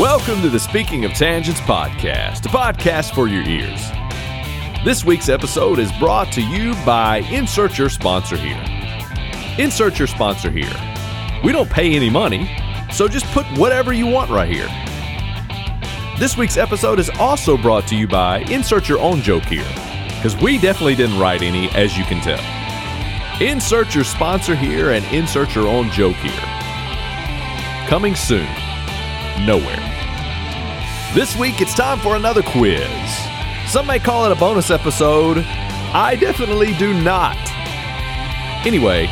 Welcome to the Speaking of Tangents podcast, a podcast for your ears. This week's episode is brought to you by Insert Your Sponsor Here. Insert Your Sponsor Here. We don't pay any money, so just put whatever you want right here. This week's episode is also brought to you by Insert Your Own Joke Here, because we definitely didn't write any, as you can tell. Insert your sponsor here and insert your own joke here. Coming soon. Nowhere. This week it's time for another quiz. Some may call it a bonus episode. I definitely do not. Anyway,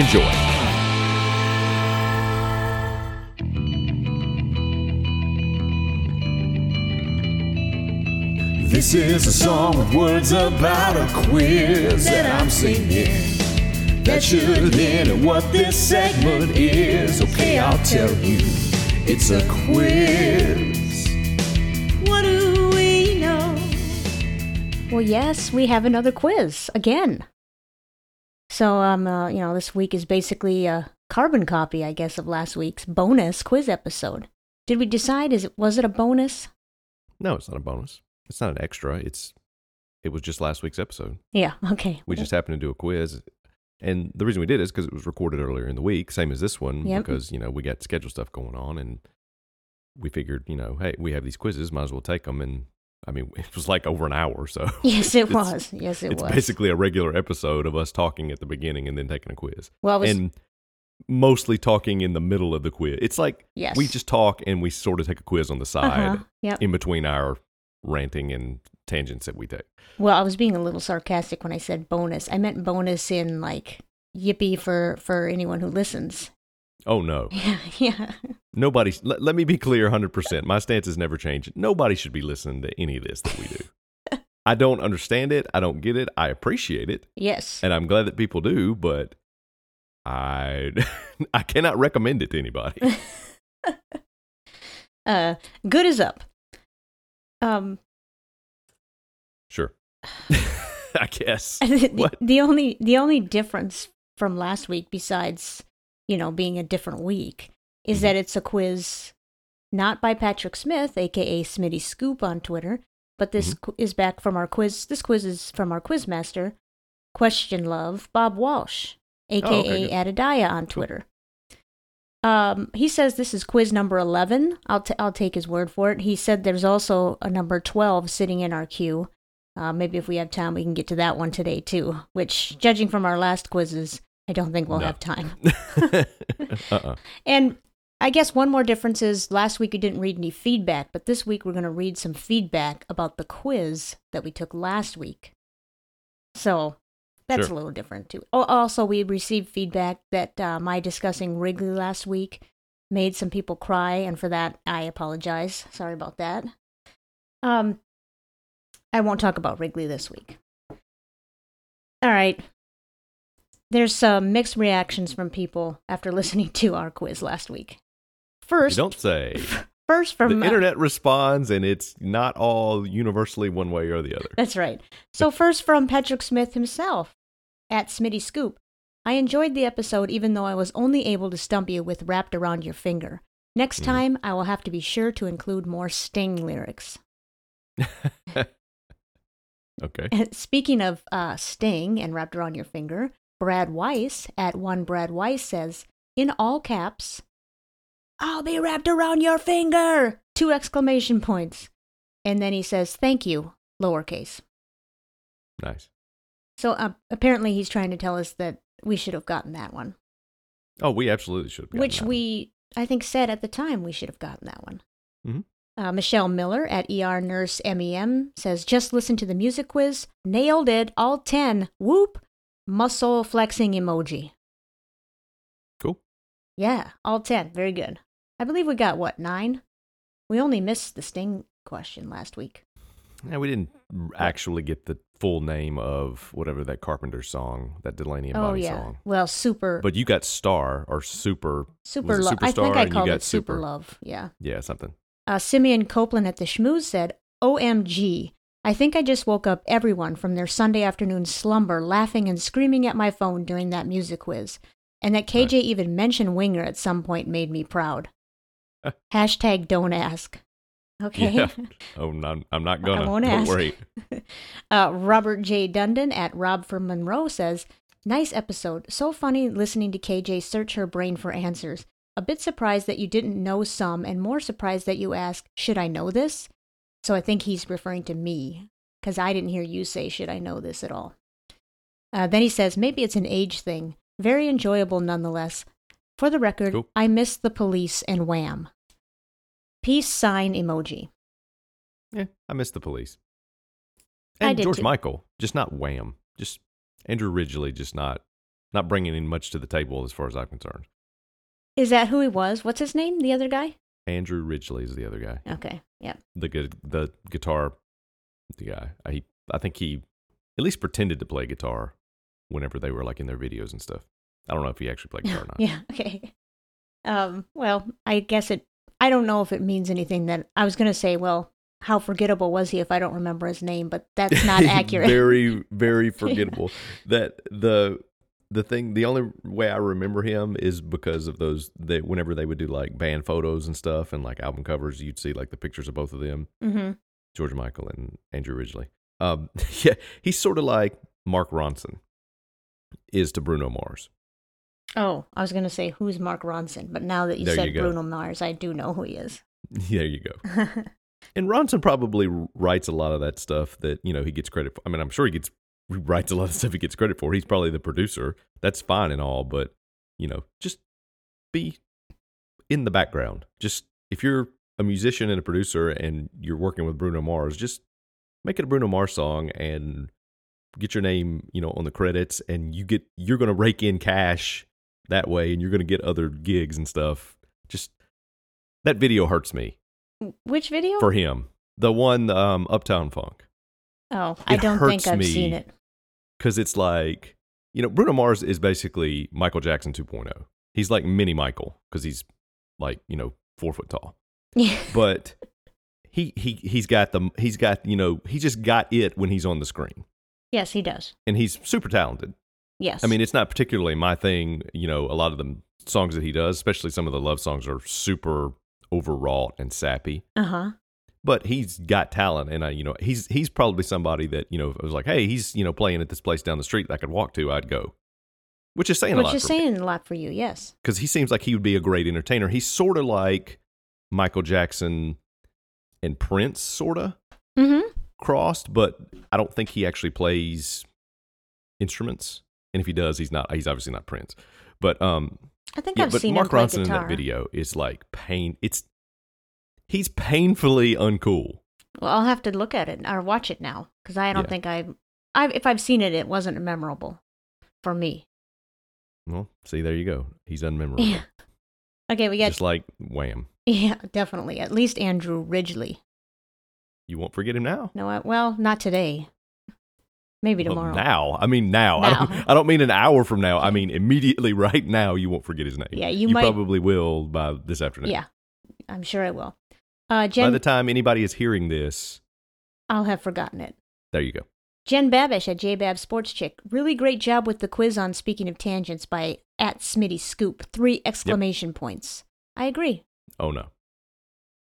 enjoy. This is a song with words about a quiz that I'm singing. That should hint at what this segment is. Okay, I'll tell you. It's a quiz. What do we know? Well, yes, we have another quiz again. So, um, uh, you know, this week is basically a carbon copy, I guess, of last week's bonus quiz episode. Did we decide? Is it was it a bonus? No, it's not a bonus. It's not an extra. It's it was just last week's episode. Yeah. Okay. We just happened to do a quiz. And the reason we did is because it was recorded earlier in the week, same as this one, Yep. because, you know, we got scheduled stuff going on and we figured, you know, hey, we have these quizzes, might as well take them. And I mean, it was like over an hour. So Yes, it it's- was. Yes, it it's was. basically a regular episode of us talking at the beginning and then taking a quiz. Well, I was- and mostly talking in the middle of the quiz. It's like Yes. we just talk and we sort of take a quiz on the side Uh-huh. Yep. in between our ranting and tangents that we take. Well, I was being a little sarcastic when I said bonus. I meant bonus in like yippee for for anyone who listens. Oh no. Yeah. Yeah. Nobody let, let me be clear 100%. My stance has never changed. Nobody should be listening to any of this that we do. I don't understand it. I don't get it. I appreciate it, Yes. and I'm glad that people do, but I I cannot recommend it to anybody. Uh, good is up. Um, Sure. I guess. the, what? the only the only difference from last week besides you know being a different week Mm-hmm. is that it's a quiz not by patrick smith aka smitty scoop on twitter but this Mm-hmm. qu- is back from our quiz this quiz is from our quiz master question love bob walsh aka Oh, okay, good. adadiah on twitter um, he says this is quiz number 11 I'll, t- I'll take his word for it he said there's also a number 12 sitting in our queue uh, maybe if we have time, we can get to that one today too. Which, judging from our last quizzes, I don't think we'll No. have time. uh-uh. And I guess one more difference is last week we didn't read any feedback, but this week we're going to read some feedback about the quiz that we took last week. So that's Sure. a little different too. Oh, also, we received feedback that uh, my discussing Wrigley last week made some people cry, and for that I apologize. Sorry about that. Um, I won't talk about Wrigley this week. All right. There's some mixed reactions from people after listening to our quiz last week. You First, don't say. first from uh, the internet responds, and it's not all universally one way or the other. That's right. So first from Patrick Smith himself at Smitty Scoop. I enjoyed the episode even though I was only able to stump you with wrapped around your finger. Next Mm. time I will have to be sure to include more Sting lyrics. Okay. Speaking of uh, Sting and wrapped around your finger, Brad Weiss at one Brad Weiss says in all caps, "I'll be wrapped around your finger!" Two exclamation points, and then he says, "Thank you," lowercase. Nice. So uh, apparently, he's trying to tell us that we should have gotten that one, Oh, we absolutely should. have gotten which that one. we, I think, said at the time we should have gotten that one. Mhm. Uh, Michelle Miller at ER Nurse MEM says, just listen to the music quiz. Nailed it. All 10. Whoop. Muscle flexing emoji. Cool. Yeah, all 10. Very good. I believe we got what, nine? We only missed the sting question last week. Yeah, we didn't r- actually get the full name of whatever that Carpenter song, that Delaney and oh, Bonnie yeah. song. Well, super, But you got Star or Super. super was it love. I Superstar think I and you called got it super, Super. love. Yeah. Yeah, something. Uh, Simeon Copeland at the Schmooze said, OMG, I think I just woke up everyone from their Sunday afternoon slumber laughing and screaming at my phone during that music quiz. And that KJ even mentioned Winger at some point made me proud. Hashtag don't ask. Okay. Yeah. Oh, I'm not, I'm not I gonna. won't Don't ask. worry. Uh, Robert J. Dundon at Rob from Monroe says, Nice episode. So funny listening to KJ search her brain for answers. A bit surprised that you didn't know some, and more surprised that you asked, Should I know this? So I think he's referring to me, because I didn't hear you say, Should I know this at all? Uh, then he says, Maybe it's an age thing. Very enjoyable nonetheless. For the record, Cool. I miss the police and wham. Peace sign emoji. Yeah, I miss the police. I And did George too. Michael, just not wham. Just Andrew Ridgely, just not not bringing in much to the table as far as I'm concerned. Is that who he was? What's his name? The other guy? Andrew Ridgely is the other guy, Okay. Yeah. the gu- the guitar, the guy. I I think he at least pretended to play guitar whenever they were like in their videos and stuff. I don't know if he actually played guitar or not. Yeah. Okay. Um, well, I guess it. I don't know if it means anything. That I was going to say. Well, how forgettable was he if I don't remember his name? But that's not accurate. very very forgettable that the the thing the only way i remember him is because of those that whenever they would do like band photos and stuff and like album covers you'd see like the pictures of both of them hmm george michael and andrew ridgely um yeah he's sort of like mark ronson is to bruno mars Oh, I was going to say who's Mark Ronson, but now that you There said you go. Bruno Mars, I do know who he is. there you go and ronson probably writes a lot of that stuff that you know he gets credit for i mean i'm sure he gets he writes a lot of stuff he gets credit for he's probably the producer that's fine and all but you know just be in the background just if you're a musician and a producer and you're working with bruno mars just make it a bruno mars song and get your name you know on the credits and you get you're going to rake in cash that way and you're going to get other gigs and stuff just that video hurts me Which video? for him. The one um, Uptown Funk, oh, I It don't think hurts I've me. seen it. because it's like you know Bruno Mars is basically Michael Jackson 2.0. He's like mini Michael because he's like you know four foot tall, Yeah. but he he he's got the he's got you know he just got it when he's on the screen, yes, he does. and he's super talented. Yes. I mean, it's not particularly my thing. You know, a lot of the songs that he does, especially some of the love songs, are super overwrought and sappy. uh huh. but he's got talent and I, you know he's he's probably somebody that you know if I was like hey he's you know playing at this place down the street that I could walk to I'd go which is saying a Which lot is saying a lot for you. Yes. because he seems like he would be a great entertainer he's sort of like Michael Jackson and Prince sort of Mm-hmm. crossed but I don't think he actually plays instruments and if he does he's not he's obviously not Prince but um I think yeah, I've but seen him Mark play Ronson in guitar. that video is like pain it's he's painfully uncool Well, I'll have to look at it or watch it now because I don't Yeah. think I, I if I've seen it, it wasn't memorable for me. well see there you go he's unmemorable Yeah. Okay, we got Just like wham. yeah, definitely at least Andrew Ridgely. You won't forget him now. No, I, well, not today. Maybe Well, tomorrow. now. I mean now. I Now. don't I don't mean an hour from now. I mean immediately right now you won't forget his name. Yeah, you might- probably will by this afternoon. yeah, I'm sure I will. Uh, by Jen, the time anybody is hearing this, I'll have forgotten it. there you go. Jen Babish at JBab Sports Chick. Really great job with the quiz on speaking of tangents by at Smitty Scoop. Three exclamation points. I agree. Oh no.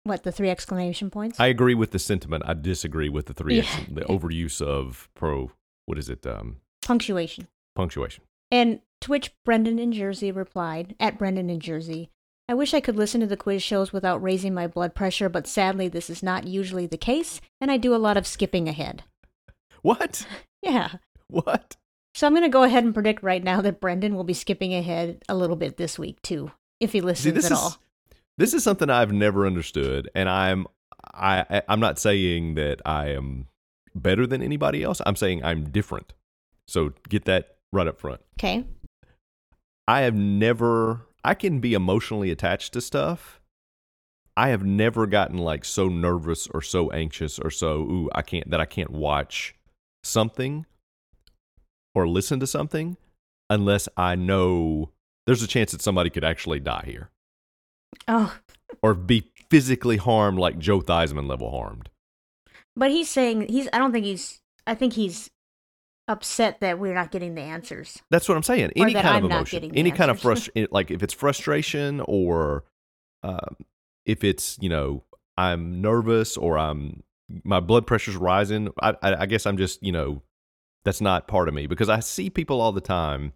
What the three exclamation points? I agree with the sentiment. I disagree with the three Yeah. ex- the overuse of pro what is it? Um Punctuation. punctuation. And to which Brendan in Jersey replied, at Brendan in Jersey, I wish I could listen to the quiz shows without raising my blood pressure, but sadly this is not usually the case, and I do a lot of skipping ahead. What? Yeah. What? So I'm going to go ahead and predict right now that Brendan will be skipping ahead a little bit this week, too, if he listens this at is, all. This is something I've never understood, and I'm I I- I'm not saying that I am better than anybody else. I'm saying I'm different. So get that right up front. Okay. I have never I can be emotionally attached to stuff. I have never gotten like so nervous or so anxious or so ooh I can't that I can't watch something or listen to something unless I know there's a chance that somebody could actually die here Oh, or be physically harmed like Joe Theismann level harmed. but he's saying he's, I don't think he's, I think he's upset that we're not getting the answers. That's what I'm saying. Or Any that kind of I'm not emotion, getting the any kind of answers. frustration, like if it's frustration or um, if it's you know I'm nervous or I'm my blood pressure's rising. I, I, I guess I'm just you know that's not part of me because I see people all the time,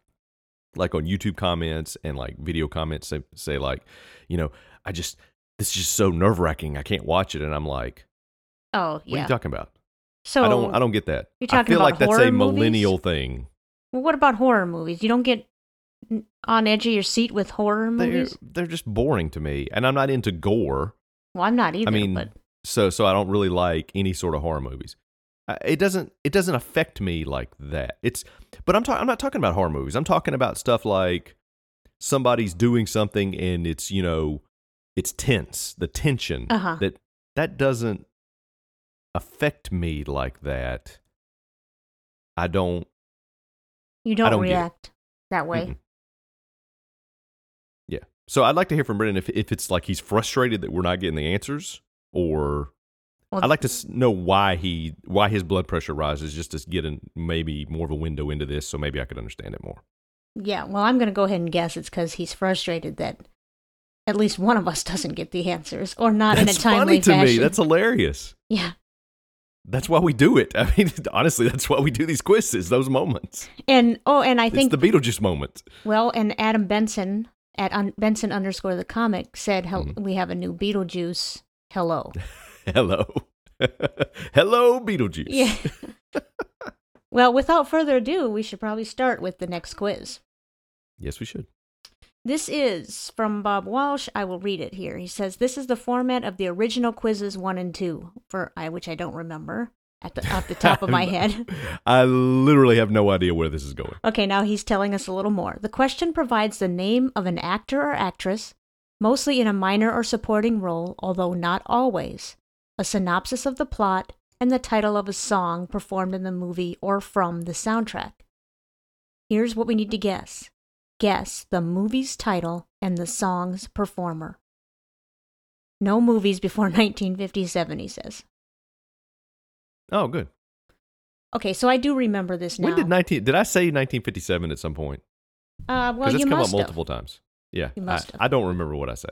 like on YouTube comments and like video comments say, say like, you know, I just this is just so nerve wracking. I can't watch it, and I'm like, Oh what are yeah. you talking about? so I don't I don't get that. You're talking I feel about like that's a horror movies? millennial thing. Well, what about horror movies? You don't get n- on edge of your seat with horror They're movies. they're just boring to me, and I'm not into gore. Well, I'm not either. I mean, but so so I don't really like any sort of horror movies. Uh, It doesn't it doesn't affect me like that. It's but I'm talking I'm not talking about horror movies. I'm talking about stuff like somebody's doing something and it's you know it's tense, the tension Uh-huh. that that doesn't affect me like that. I don't you don't, don't get it. react that way. Mm-mm. Mm-hmm. Yeah. So I'd like to hear from Brendan if, if it's like he's frustrated that we're not getting the answers, or Well- I'd like to s- know why he why his blood pressure rises, just to get in maybe more of a window into this, so maybe I could understand it more. Yeah, well, I'm going to go ahead and guess it's because he's frustrated that at least one of us doesn't get the answers or not in a That's timely funny to fashion. me. That's hilarious. yeah, That's why we do it. I mean, honestly, that's why we do these quizzes. Those moments. and oh, and I think it's the Beetlejuice moment. well, and Adam Benson at un- Benson underscore the comic said hel- Mm-hmm. we have a new Beetlejuice. Hello. Hello, hello, Beetlejuice. yeah. well, without further ado, we should probably start with the next quiz. Yes, we should. This is from Bob Walsh. I will read it here. He says, "This is the format of the original quizzes one and two for I, which I don't remember at the off the top of my head." I literally have no idea where this is going. Okay, now he's telling us a little more. The question provides the name of an actor or actress, mostly in a minor or supporting role, although not always, a synopsis of the plot, and the title of a song performed in the movie or from the soundtrack. Here's what we need to guess guess the movie's title and the song's performer. No movies before 1957, he says. Oh, good. Okay, so I do remember this now. When did nineteen? Did I say nineteen fifty seven at some point? uh, well, Because it's you come must up have. multiple times. Yeah, You I, must have. I don't remember what I say.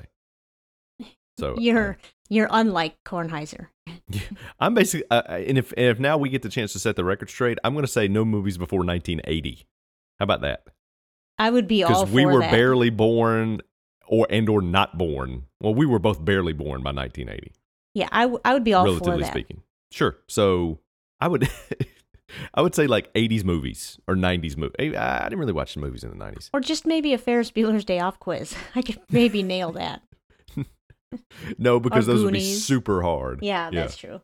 So You're you're unlike Kornheiser. uh, I'm basically, uh, uh, and if and if now we get the chance to set the record straight, I'm going to say no movies before 1980. How about that? I would be all Because for we were that. barely born, or and or not born. Well, we were both barely born by 1980, Yeah, I, w- I would be all for relatively that. speaking. Sure. So I would, I would say like 80s movies or 90s movies. I I didn't really watch the movies in the 90s. Or just maybe a Ferris Bueller's Day Off quiz. I could maybe nail that. No, because those would be Goonies. super hard. Yeah, that's true.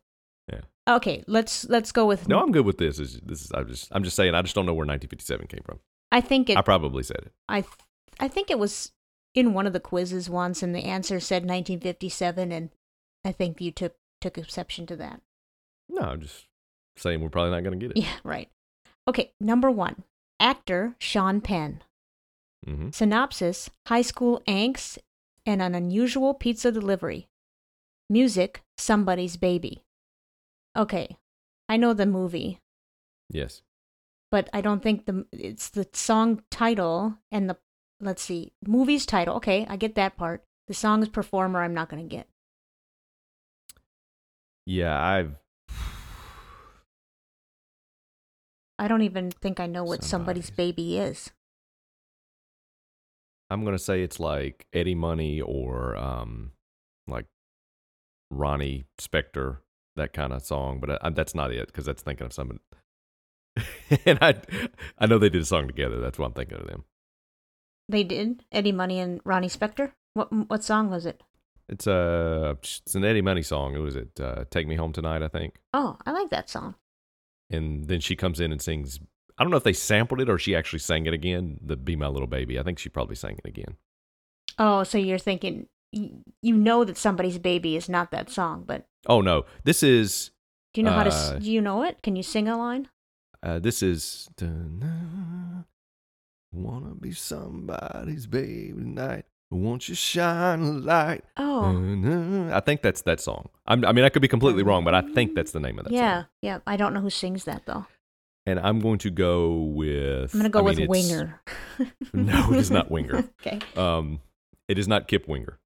Yeah. Okay, let's let's go with. No, I'm good with this. It's- This is I'm just I'm just saying I just don't know where 1957 came from. I think it. I probably said it. I th- I think it was in one of the quizzes once, and the answer said 1957, and I think you took took exception to that. No, I'm just saying we're probably not going to get it. Yeah, right. Okay, number one, actor Sean Penn. hmm Synopsis High school angst and an unusual pizza delivery. Music Somebody's Baby. Okay, I know the movie, Yes. but I don't think the it's the song title and the let's see, movie's title. Okay, I get that part. The song's performer I'm not going to get. Yeah, I've I don't even think I know what somebody's, Somebody's- baby is. I'm going to say it's like Eddie Money or um like Ronnie Spector that kind of song, but uh, I, I, that's not it because that's thinking of someone. and I I know they did a song together. That's what I'm thinking of them. They did Eddie Money and Ronnie Spector. What what song was it? It's a it's an Eddie Money song. It was it uh, "Take Me Home Tonight," I think. Oh, I like that song. And then she comes in and sings. I don't know if they sampled it or she actually sang it again. The "Be My Little Baby." I think she probably sang it again. Oh, so you're thinking y- you know that somebody's baby is not that song, but Oh no, this is do you know how to? Uh, s- Do you know it? Can you sing a line? uh, this is. Wanna be somebody's baby tonight? Won't you shine a light? Oh, I think that's that song. I'm, I mean, I could be completely wrong, but I think that's the name of that yeah, song. yeah. I don't know who sings that though. And I'm going to go with. I'm gonna go I mean, with it's- Winger. No, it is not Winger. okay. Um, it is not Kip Winger.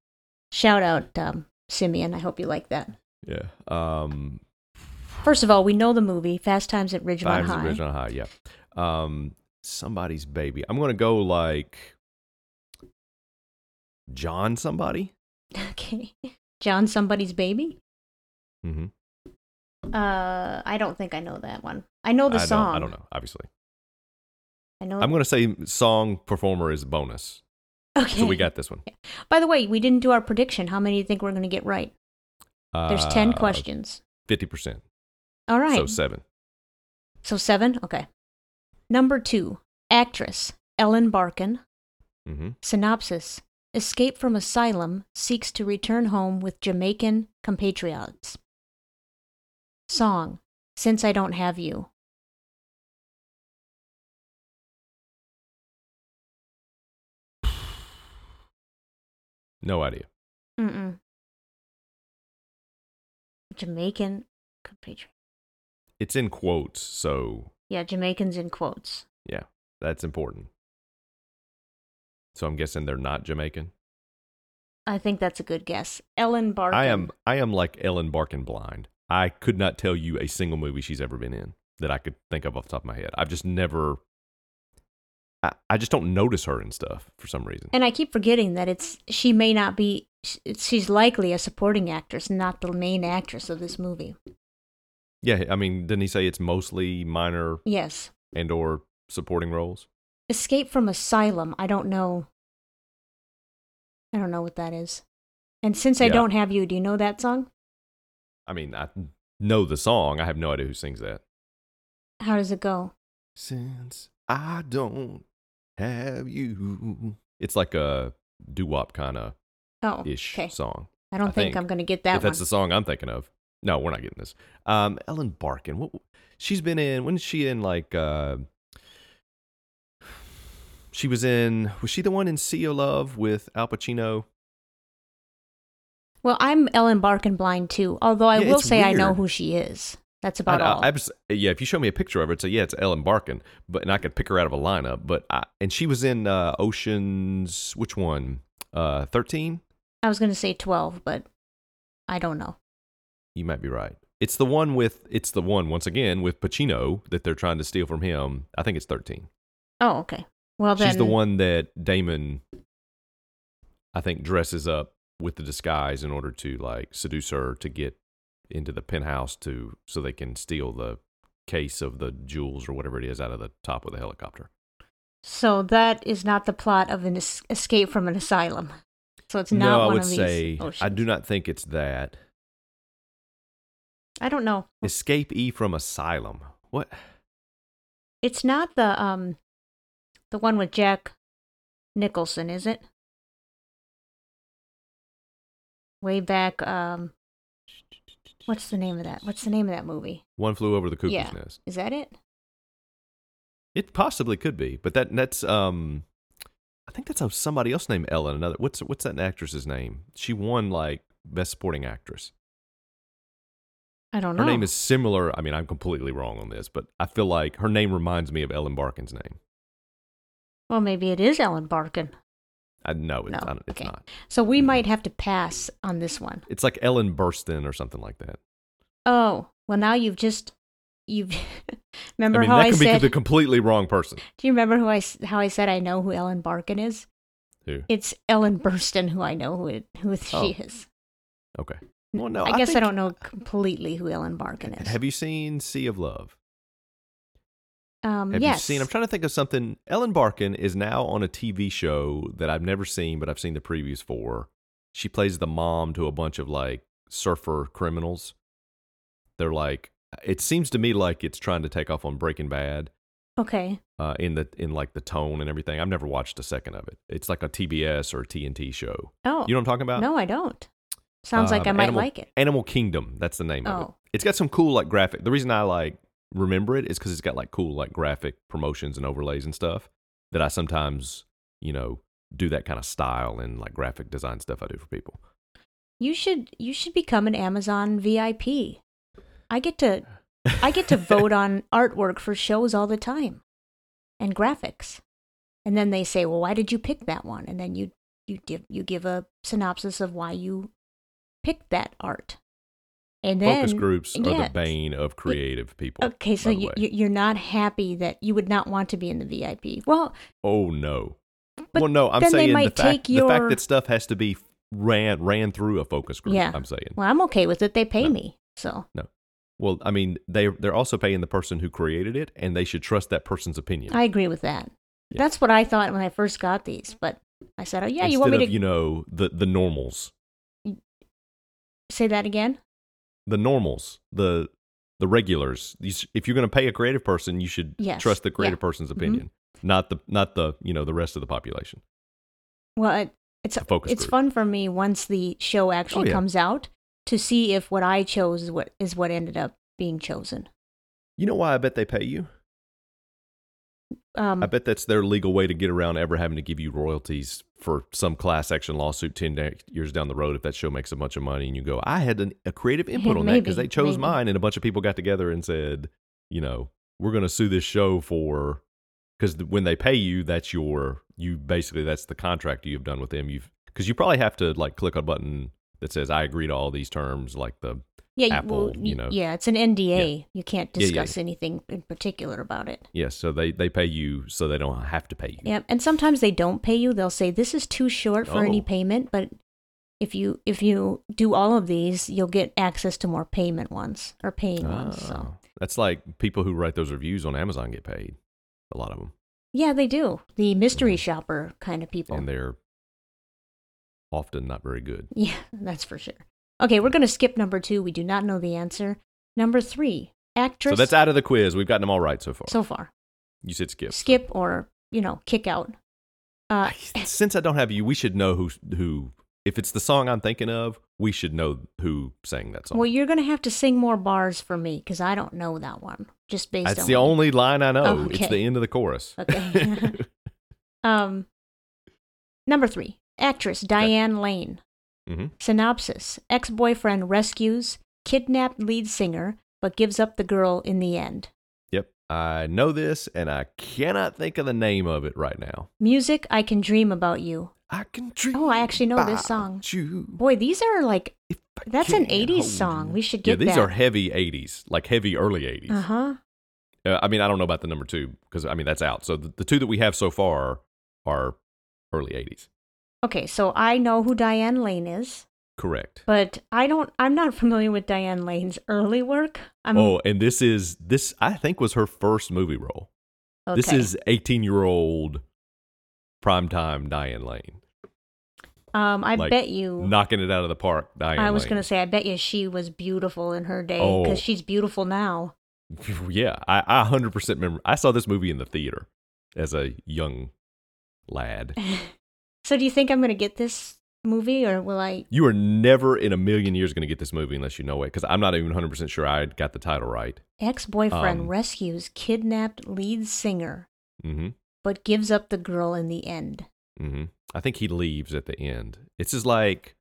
Shout out um, Simeon. I hope you like that. Yeah. Um, First of all, we know the movie Fast Times at Ridgemont Times High. of Ridgemont High. Yeah. Um, somebody's baby. I'm gonna go like John somebody. Okay. John somebody's baby? Mm-hmm. Uh I don't think I know that one. I know Oh, the I song. Oh. Don't, I don't know. Obviously, I know I'm gonna say song performer is bonus. Okay. So we got this one. By the way, we didn't do our prediction. How many do you think we're going to get right? There's 10 questions. Fifty percent. All right. Uh, So seven. So seven? Okay. Number two actress Ellen Barkin. Mm-hmm. Synopsis Escape from asylum seeks to return home with Jamaican compatriots. Song Since I Don't Have You. No idea. Mm-mm. Jamaican compatriot. It's in quotes, so Yeah, Jamaicans in quotes. yeah, that's important. So I'm guessing they're not Jamaican. I think that's a good guess. Ellen Barkin. I am I am like Ellen Barkin blind. I could not tell you a single movie she's ever been in that I could think of off the top of my head. I've just never I, I just don't notice her in stuff for some reason. And I keep forgetting that it's she may not be sh- she's likely a supporting actress, not the main actress of this movie. Yeah, I mean, didn't he say it's mostly minor Yes. and or supporting roles? Escape from Asylum. I don't know. I don't know what that is. And since I Yeah. don't have you, do you know that song? I mean, I know the song. I have no idea who sings that. How does it go? Since I don't have you. It's like a doo-wop kind of Oh, ish okay. song. I don't I think, think I'm going to get that if that's one. the song I'm thinking of. No, we're not getting this. Um, Ellen Barkin. What she's been in? When is she in? Like, uh, she was in. Was she the one in Sea of Love with Al Pacino? Well, I'm Ellen Barkin blind too, although I Yeah, will it's say I know weird. who she is. That's about I- I- all. I was- yeah, if you show me a picture of her, it's a, yeah, it's Ellen Barkin. But and I could pick her out of a lineup. But I, and she was in uh, Oceans. Which one? Uh, Thirteen. I was going to say 12, but I don't know. You might be right. It's the one with. It's the one once again with Pacino that they're trying to steal from him. I think it's Thirteen. Oh, okay. Well, then She's the one that Damon, I think, dresses up with the disguise in order to like seduce her to get into the penthouse to so they can steal the case of the jewels or whatever it is out of the top of the helicopter. So that is not the plot of an es- escape from an asylum. So it's not no, I one would of these. Oh, say I oceans. do not think it's that. I don't know. Escape E from Asylum. What? It's not the um, the one with Jack Nicholson, is it? Way back. Um, what's the name of that? What's the name of that movie? One flew over the cuckoo's yeah, nest. is that it? It possibly could be, but that that's um I think that's somebody else named Ellen. Another what's what's that actress's name? She won like best supporting actress. I don't know. Her name is similar. I mean, I'm completely wrong on this, but I feel like her name reminds me of Ellen Barkin's name. Well, maybe it is Ellen Barkin. I no, it's, No, I don't- it's okay. not. So we might have to pass on this one. It's like Ellen Burstyn or something like that. Oh, well, now you've just you've remember I mean, how that I could said be the completely wrong person. Do you remember who I s- how I said I know who Ellen Barkin is? Who? It's Ellen Burstyn who I know who it, who Oh, she is. Okay. Well, no, I, guess I think- don't know completely who Ellen Barkin is. Have you seen Sea of Love? um, Have yes. you seen? I'm trying to think of something. Ellen Barkin is now on a TV show that I've never seen, but I've seen the previews for. She plays the mom to a bunch of like surfer criminals. They're like, it seems to me like it's trying to take off on Breaking Bad okay. uh, in the in like the tone and everything. I've never watched a second of it. It's like a TBS or TNT show. Oh, You know what I'm talking about? no, I don't. Sounds like I Um, might Animal- like it. Animal Kingdom. That's the name of it. Oh. It's got some cool like graphic. The reason I like remember it is because it's got like cool like graphic promotions and overlays and stuff that I sometimes you know do that kind of style and like graphic design stuff I do for people. You should you should become an Amazon VIP. I get to I get to vote on artwork for shows all the time, and graphics, and then they say, "Well, why did you pick that one?" And then you you give you give a synopsis of why you picked that art. And then Focus groups are yeah. the bane of creative people. Okay, so by the you, way. you- you're not happy that you would not want to be in the VIP. Well, oh no. But well, no, I'm then they saying might the, fact, take your- the fact that stuff has to be ran ran through a focus group. Yeah. I'm saying. well, I'm okay with it. They pay No. me, so Well, I mean, they they're also paying the person who created it, and they should trust that person's opinion. I agree with that. Yeah. That's what I thought when I first got these, but I said, "Oh yeah, Instead you want me of, to you know the the normals, say that again?" the normals, the the regulars. You s if you're going to pay a creative person, you should Yes. trust the creative Yeah. person's Mhm. opinion, not the not the you know the rest of the population. Well, it, it's The focus it's group. Oh, fun for me once the show actually yeah. comes out to see if what I chose is what is what ended up being chosen. You know why I bet they pay you? Um, I bet that's their legal way to get around ever having to give you royalties for some class action lawsuit 10 da- years down the road if that show makes a bunch of money and you go, I had an, a creative input on that because Maybe, they chose maybe. mine and a bunch of people got together and said, you know, we're going to sue this show for because th- when they pay you, that's your, you basically, that's the contract you've done with them. You've, because you probably have to like click a button that says, I agree to all these terms, like the, yeah, you- Apple, well, you y- know. yeah, it's an NDA. You can't Yeah, yeah, discuss anything in particular about it. yeah, so they, they pay you so they don't have to pay you. Yeah, and sometimes they don't pay you. They'll say this is too short for any Oh. payment, but if you if you do all of these, you'll get access to more payment ones or paying ones. So Oh. That's like people who write those reviews on Amazon get paid. A lot of them, yeah, they do the mystery shopper kind of people. Hmm. and they're often not very good. Yeah, that's for sure. Okay, we're going to skip number two. We do not know the answer. Number three, actress. So that's out of the quiz. We've gotten them all right so far. so far. you said skip. Skip or you know kick out. Uh, I- since I don't have you, we should know who who. If it's the song I'm thinking of, we should know who sang that song. well, you're going to have to sing more bars for me because I don't know that one. Just based that's on the what you- only line I know. Oh, It's okay. the end of the chorus. Okay. um, number three, actress Diane Lane. hmm Synopsis: Ex-boyfriend rescues kidnapped lead singer, but gives up the girl in the end. Yep, I know this, and I cannot think of the name of it right now. Music: I can dream about you. I can dream. Oh, I actually know this about song. You. Boy, these are like If I That's an can't 80s hold song. you. We should get yeah, these that. are heavy 80s, like heavy early 80s. uh huh. Uh, I mean, I don't know about the number two because I mean that's out. So the, the two that we have so far are early 80s. Okay, so I know who Diane Lane is, Correct. but I don't. I'm not familiar with Diane Lane's early work. I'm, oh, and this is this I think was her first movie role. okay. This is 18 year old primetime Diane Lane Um, I like, bet you. knocking it out of the park. Diane. I was Lane. gonna say, I bet you she was beautiful in her day Oh. because she's beautiful now. yeah, I, I 100% remember. I saw this movie in the theater as a young lad. So, do you think I'm gonna get this movie, or will I? You are never in a million years going to get this movie unless you know it, because I'm not even 100% sure I got the title right. Ex-boyfriend Um. rescues kidnapped lead singer, Mm but gives up the girl in the end. hmm. Mm hmm. I think he leaves at the end. It's just like,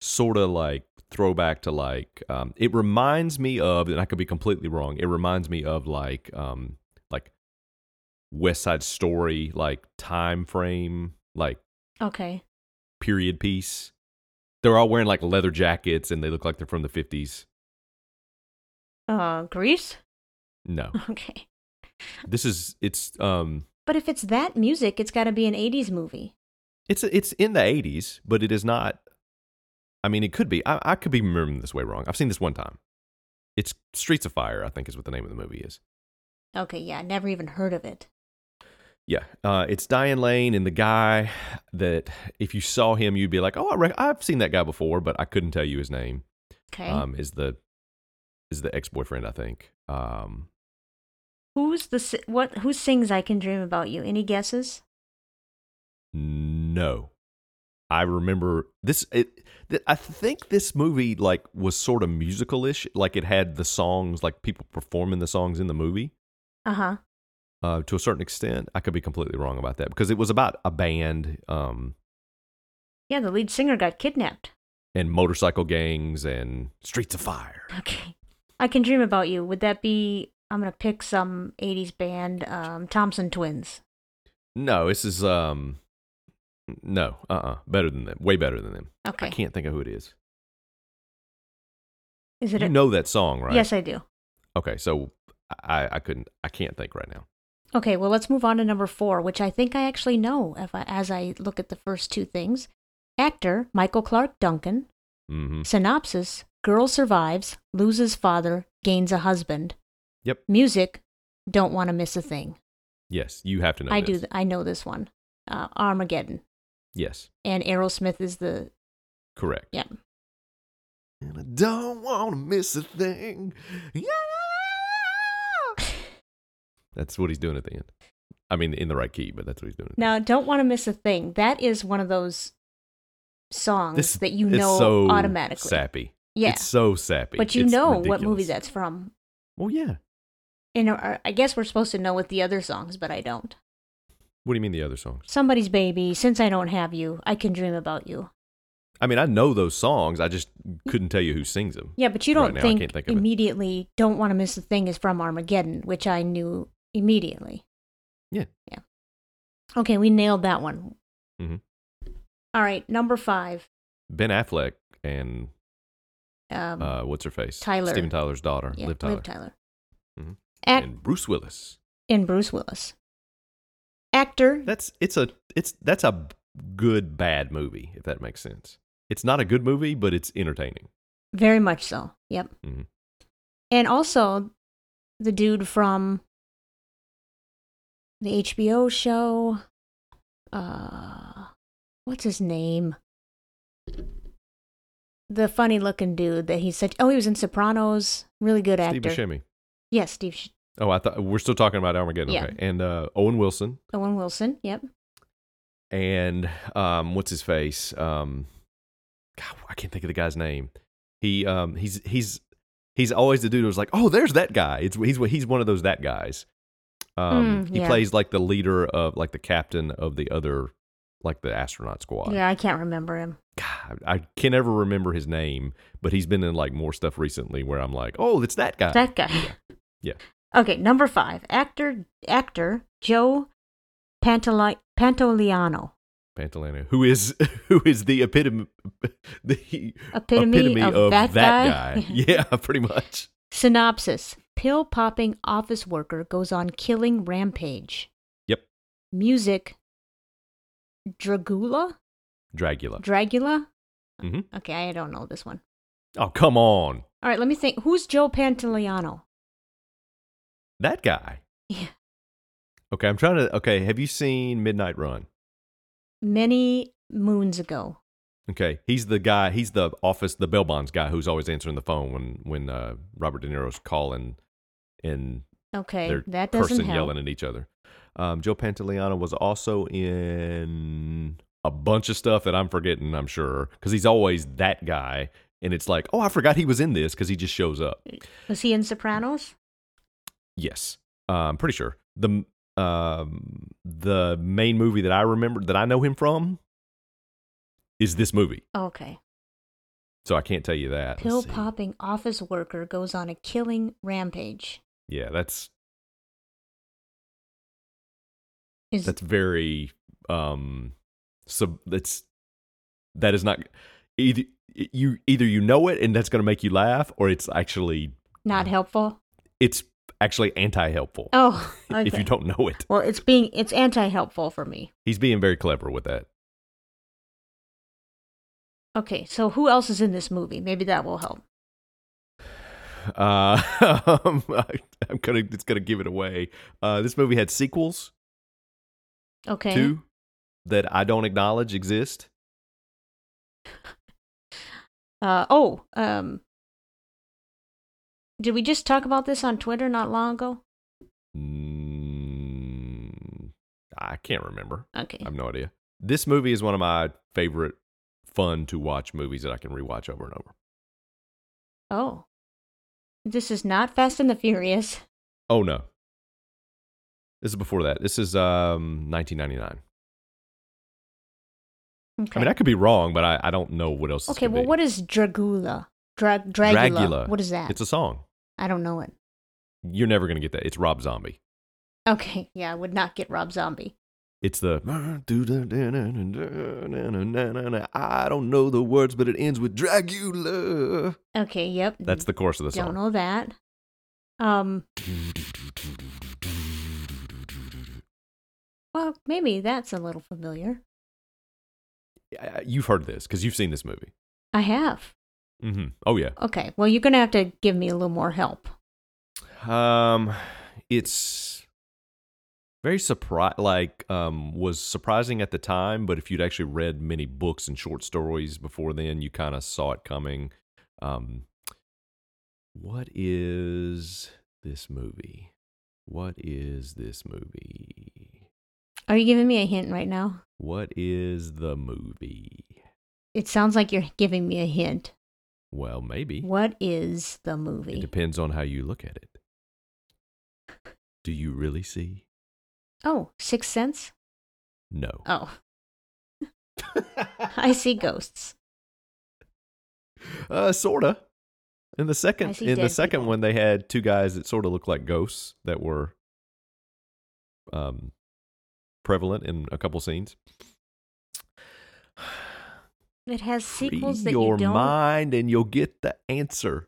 sort of like throwback to like, um, it reminds me of, and I could be completely wrong, it reminds me of like, um, like West Side Story, like time frame, like Okay. period piece. They're all wearing like leather jackets and they look like they're from the 50s. Uh, Greece. No. Okay. this is, it's, um, But if it's that music, it's got to be an '80s movie. It's it's in the eighties, but it is not. I mean, it could be. I, I could be remembering this way wrong. I've seen this one time. It's Streets of Fire, I think, is what the name of the movie is. Okay. Yeah, I never even heard of it. Yeah, uh, it's Diane Lane and the guy that if you saw him, you'd be like, "Oh, I rec- I've seen that guy before," but I couldn't tell you his name. Okay. Um, is the is the ex boyfriend, I think. Um, Who's the si- what? Who sings "I Can Dream About You"? Any guesses? No. I remember this it th- I think this movie like was sort of musical-ish, like it had the songs like people performing the songs in the movie. Uh huh. Uh, to a certain extent, I could be completely wrong about that because it was about a band um, Yeah, the lead singer got kidnapped. and motorcycle gangs and streets of fire. Okay. I Can Dream About You. Would that be, I'm going to pick some 80s band, um, Thompson Twins. No, this is um no, uh-uh, better than them. Way better than them. I Okay. can't think of who it is. Is it? You a, know that song, right? Yes, I do. Okay, so I, I couldn't, I can't think right now. Okay, well, let's move on to number four, which I think I actually know if I, as I look at the first two things. Actor Michael Clark Duncan. hmm Synopsis Girl survives, loses father, gains a husband. Yep. Music Don't Want to Miss a Thing. Yes, you have to know. I this. do. th- I know this one. Uh, Armageddon. Yes, And Aerosmith is the. correct. Yeah. And I don't want to miss a thing. Yeah. That's what he's doing at the end. I mean, in the right key, but that's what he's doing. at the Now, Don't Want to Miss a Thing. That is one of those songs end. This that you is know so automatically. Sappy. Yeah. It's so sappy. but you It's know what ridiculous. movie that's from. Well, yeah. And uh, I guess we're supposed to know with the other songs, but I don't. What do you mean the other songs? Somebody's Baby, Since I Don't Have You, I Can Dream About You. I mean, I know those songs. I just couldn't tell you who sings them. Yeah, but you don't Right now, I think, can't think of it. immediately, Don't Want to Miss a Thing is from Armageddon, which I knew immediately. Yeah. Yeah. Okay, we nailed that one. Mhm. All right, number five. Ben Affleck and Um, uh, what's her face? Tyler. Steven Tyler's daughter, yeah, Liv Tyler. Mhm. And Act and Bruce Willis. and Bruce Willis. Actor. That's it's a it's that's a good bad movie if that makes sense. It's not a good movie, but it's entertaining. Very much so. Yep. Mhm. And also the dude from the HBO show. Uh, what's his name? The funny looking dude that he's such. Oh, he was in Sopranos. Really good Steve actor. Buscemi. Yes, Steve Sh- Oh, I thought we're still talking about Armageddon. Yeah. Okay, and uh, Owen Wilson Owen Wilson. Yep. and um, what's his face? Um, God, I can't think of the guy's name. He um, he's he's he's always the dude who's like, oh, there's that guy. It's he's he's one of those that guys. Um, Mm, he yeah. plays like the leader of like the captain of the other like the astronaut squad. Yeah, I can't remember him. God, I can never remember his name, but he's been in like more stuff recently where I'm like, oh, it's that guy. that guy. Yeah. Okay, number five, actor actor Joe Pantoli- Pantoliano, Pantalano, who is who is the epitome the epitome, of, that, guy. yeah, pretty much. Synopsis: Pill popping office worker goes on killing rampage. Yep, Music: Dragula, Dracula. Dragula. Mhm. Okay, I don't know this one. Oh, come on, All right, let me think. Who's Joe Pantoliano? that guy. Yeah. Okay, I'm trying to. Okay, have you seen Midnight Run? Many moons ago. Okay, he's the guy. He's the office, the bail bonds guy who's always answering the phone when when uh, Robert De Niro's calling, and Okay, they're that doesn't cursing, help. yelling at each other. Um, Joe Pantoliano was also in a bunch of stuff that I'm forgetting, I'm sure, because he's always that guy. And it's like, oh, I forgot he was in this because he just shows up. Was he in Sopranos? Yes, uh, I'm pretty sure the um, the main movie that I remember that I know him from is this movie. Okay. So I can't tell you that. Let's Pill see. popping office worker goes on a killing rampage. Yeah, that's Is that's very um sub that's that is not either you either you know it and that's going to make you laugh or it's actually not helpful. it's actually anti-helpful Oh, okay. if you don't know it Well, it's being it's anti-helpful for me. he's being very clever with that Okay, so who else is in this movie? Maybe that will help. uh i'm gonna it's gonna give it away uh this movie had sequels Okay. two that i don't acknowledge exist Uh oh, um Did we just talk about this on Twitter not long ago? mm, i can't remember Okay. I have no idea. This movie is one of my favorite fun to watch movies that I can rewatch over and over. Oh. This is not Fast and the Furious. Oh no. This is before that. This is um 1999. Okay. I mean, I could be wrong, but I, I don't know what else. okay, well what is Dragula? Dra- Dragula. What is that? It's a song. I don't know it. You're never gonna get that. It's Rob Zombie. Okay, yeah, I would not get Rob Zombie. It's the I don't know the words, but it ends with Dragula. Okay, yep. That's the course of the song. Don't know that. Um. Well, maybe that's a little familiar. Uh, You've heard this because you've seen this movie. I have. hmm Oh yeah. Okay. Well, you're gonna have to give me a little more help. Um, it's very surprise like um was surprising at the time, but if you'd actually read many books and short stories before then, you kind of saw it coming. Um, what is this movie? What is this movie? Are you giving me a hint right now? What is the movie? It sounds like you're giving me a hint. Well, maybe What is the it movie? depends on how you look at it. Do you really see? Oh, Sixth Sense? No. Oh. I see ghosts. Uh, sorta. In the I second, see in the dead second people. one, they had two guys that sort of looked like ghosts that were, um, prevalent in a couple scenes. It has sequels Free that your you don't. mind, and you'll get the answer.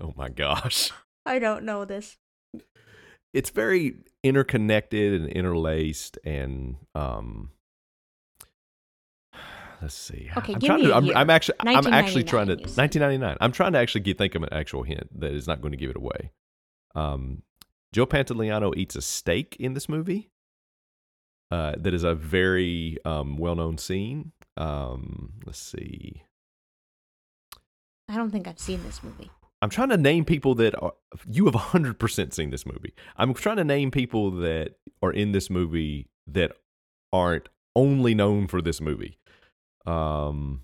Oh my gosh! I don't know this. It's very interconnected and interlaced, and um. Let's see. Okay, I'm give trying me to. a I'm, year. I'm actually. I'm actually 1999, trying to. you said. 1999. I'm trying to actually get, think of an actual hint that is not going to give it away. Um, Joe Pantoliano eats a steak in this movie. Uh, that is a very um, well-known scene. Um, let's see. I don't think I've seen this movie. I'm trying to name people that are you have 100% seen this movie. I'm trying to name people that are in this movie that aren't only known for this movie. Um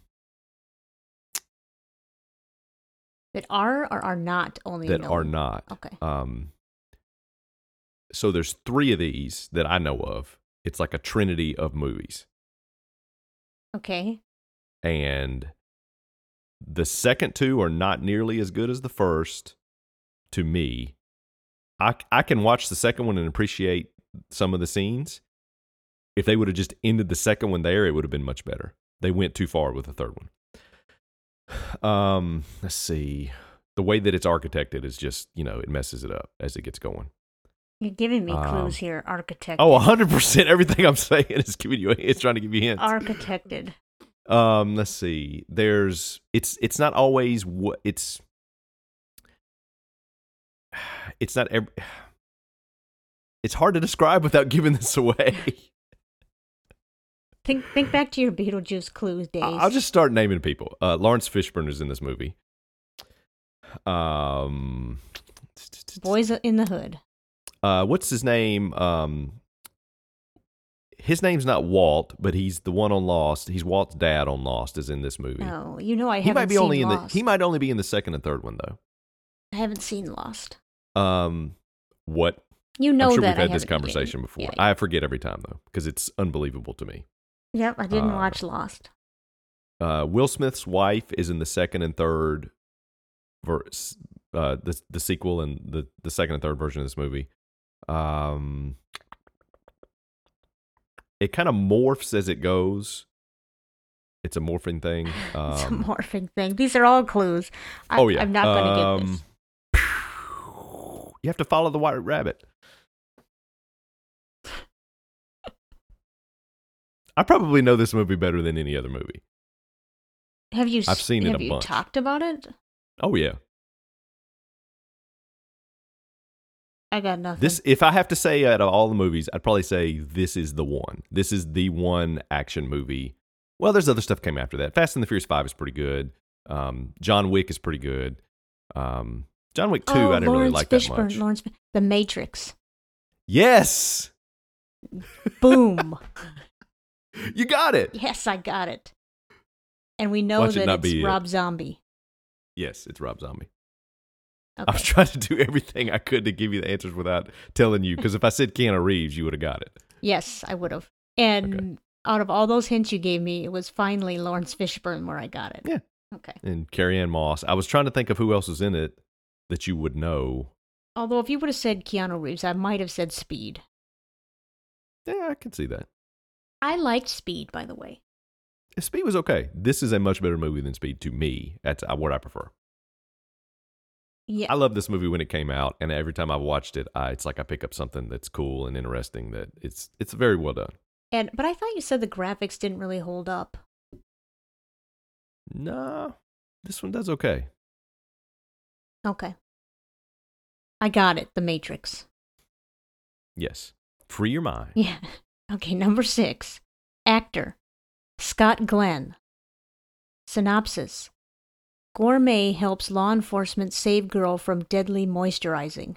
That are or are not only that are known? Oh. not. Okay. Um So there's 3 of these that I know of. It's like a trinity of movies. Okay. And the second two are not nearly as good as the first to me. I, I can watch the second one and appreciate some of the scenes. If they would have just ended the second one there, it would have been much better. They went too far with the third one. Um, let's see. The way that it's architected is just, you know, it messes it up as it gets going. You're giving me Um, clues here. Architect. Oh, 100% everything I'm saying is giving you a It's trying to give you hints. Architected. um let's see there's it's it's not always what it's it's not ev- it's hard to describe without giving this away Think think back to your Beetlejuice clues days. I- i'll just start naming people uh lawrence fishburne is in this movie um Boys in the Hood. uh what's his name um his name's not Walt, but he's the one on Lost. He's Walt's dad on Lost is in this movie. Oh, you know I he haven't might be seen only in the Lost. he might only be in the second and third one though. I haven't seen Lost. Um, what? You know I'm sure that we've had this I haven't seen- conversation before. Yeah, yeah. I forget every time though, because it's unbelievable to me. yep, I didn't uh, watch Lost. Uh, Will Smith's wife is in the second and third verse, uh, the the sequel and the the second and third version of this movie. Um, it kind of morphs as it goes. It's a morphing thing. Um, it's a morphing thing. These are all clues. I, oh yeah, I'm not going to give this. Um, You have to follow the white rabbit. I probably know this movie better than any other movie. Have you? I've s- seen it Have a you bunch. talked about it? Oh yeah, Uh-huh. I got nothing. this. If I have to say out of all the movies, I'd probably say this is the one. This is the one action movie. Well, there's other stuff came after that. Fast and the Furious Five is pretty good. Um, John Wick is pretty good. Um, John Wick Two, oh, I didn't Lawrence really like Fishburne, that much. Lawrence, Fi- The Matrix. Yes, Boom. you got it. yes, I got it. And we know Watch it that not it's be it. Rob Zombie. Yes, it's Rob Zombie. I Okay. was trying to do everything I could to give you the answers without telling you, because if I said Keanu Reeves, you would have got it. Yes, I would have. And out of all those hints you gave me, it was finally Lawrence Fishburne where I got it. Yeah. Okay. And Carrie Ann Moss. I was trying to think of who else was in it that you would know, Although if you would have said Keanu Reeves, I might have said Speed. Yeah, I can see that. I liked Speed, by the way. Speed was okay. This is a much better movie than Speed to me. That's uh, what I prefer. Yeah. I love this movie when it came out, and every time I've watched it, I, it's like I pick up something that's cool and interesting. That it's it's very well done. and but I thought you said the graphics didn't really hold up. No, this one does okay. Okay. I got it. The Matrix. Yes, free your mind. Yeah. Okay, number six. Actor Scott Glenn. Synopsis Gourmet helps law enforcement save girl from deadly moisturizing.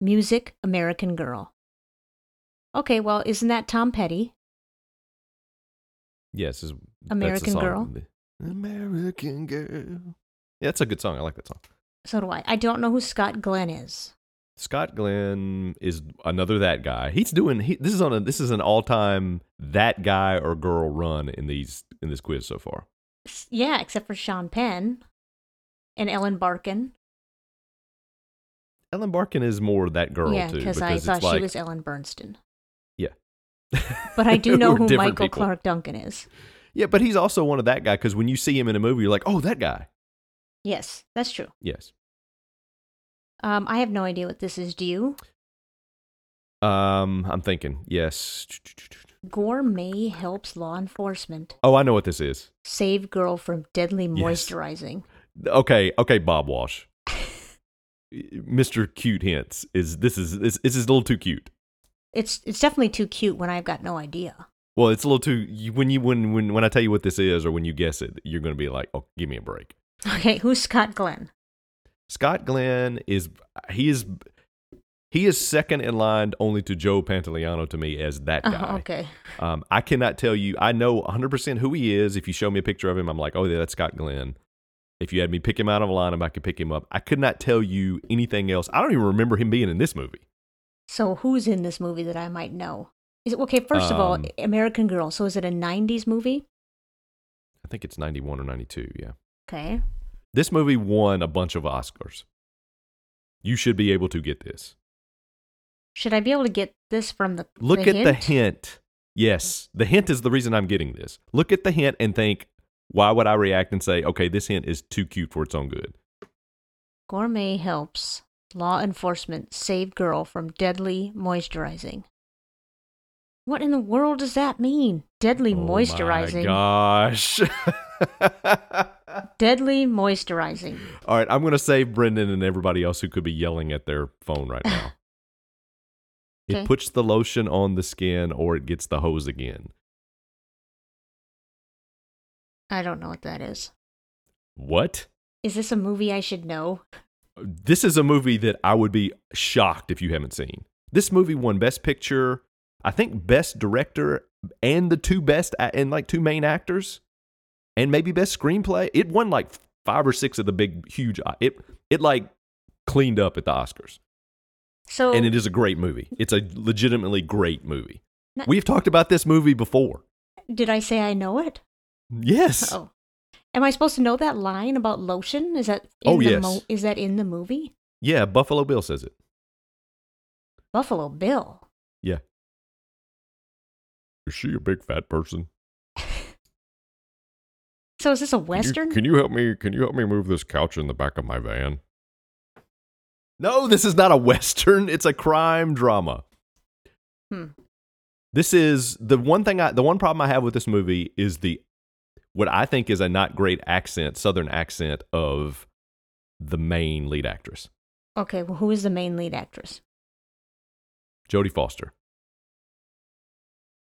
Music American Girl. Okay, well, isn't that Tom Petty? Yes, is that's the American song. Girl? American girl. Yeah, that's a good song. I like that song. So do I. I don't know who Scott Glenn is. Scott Glenn is another that guy. He's doing he, this is on a this is an all time that guy or girl run in these in this quiz so far. S- Yeah, except for Sean Penn and Ellen Barkin. Ellen Barkin is more that girl yeah, too I it's thought like- she was Ellen Bernstein. yeah. But I do We're know who different Michael people. Clark Duncan is. Yeah, but he's also one of that guy because when you see him in a movie, you're like, oh, that guy. Yes, that's true. Yes. Um, I have no idea what this is. Do you? Um, I'm thinking yes. Gourmet helps law enforcement Oh, I know what this is. save girl from deadly Yes. moisturizing. Okay, okay, Bob Walsh, Mr. Cute Hints is this is this, this is a little too cute. It's it's definitely too cute when I've got no idea. Well, it's a little too you, when you when when when I tell you what this is or when you guess it, you're going to be like, "Oh, give me a break." Okay, who's Scott Glenn? Scott Glenn is he is he is second in line only to Joe Pantoliano to me as that Oh, guy. okay, Um, I cannot tell you. I know 100% who he is. If you show me a picture of him, I'm like, "Oh, yeah, that's Scott Glenn." If you had me pick him out of a lineup, I could pick him up. I could not tell you anything else. I don't even remember him being in this movie. so who's in this movie that I might know? Is it okay? First of all, Um, American Girl. So is it a '90s movie? I think it's 91 or 92, yeah. Okay, This movie won a bunch of Oscars. You should be able to get this. should I be able to get this from the Look at the hint. Yes, the hint is the reason I'm getting this. Look at the hint and think, why would I react and say, okay, this hint is too cute for its own good? Gourmet helps law enforcement save girl from deadly moisturizing. What in the world does that mean? Oh Deadly moisturizing. gosh. Deadly moisturizing. All right, I'm going to save Brendan and everybody else who could be yelling at their phone right now. Okay. It puts the lotion on the skin or it gets the hose again. I don't know what that is. What? Is this a movie I should know? this is a movie that I would be shocked if you haven't seen. This movie won Best Picture, I think Best Director, and the two best a- and like two main actors, and maybe Best Screenplay. It won like five or six of the big huge. uh, It it like cleaned up at the Oscars, So and it is a great movie. It's a legitimately great movie. No- We've talked about this movie before. did I say I know it? Yes. Oh. Am I supposed to know that line about lotion? Is that in Oh, the yes. mo- is that in the movie? Yeah, Buffalo Bill says it. Buffalo Bill. Yeah. Is she a big fat person? So is this a Can you- western? Can you, help me? Can you help me move this couch in the back of my van? No, this is not a western. It's a crime drama. Hmm. This is the one thing I the one problem I have with this movie is the what I think is a not great accent, southern accent of the main lead actress, Okay, well who is the main lead actress? Jodie Foster.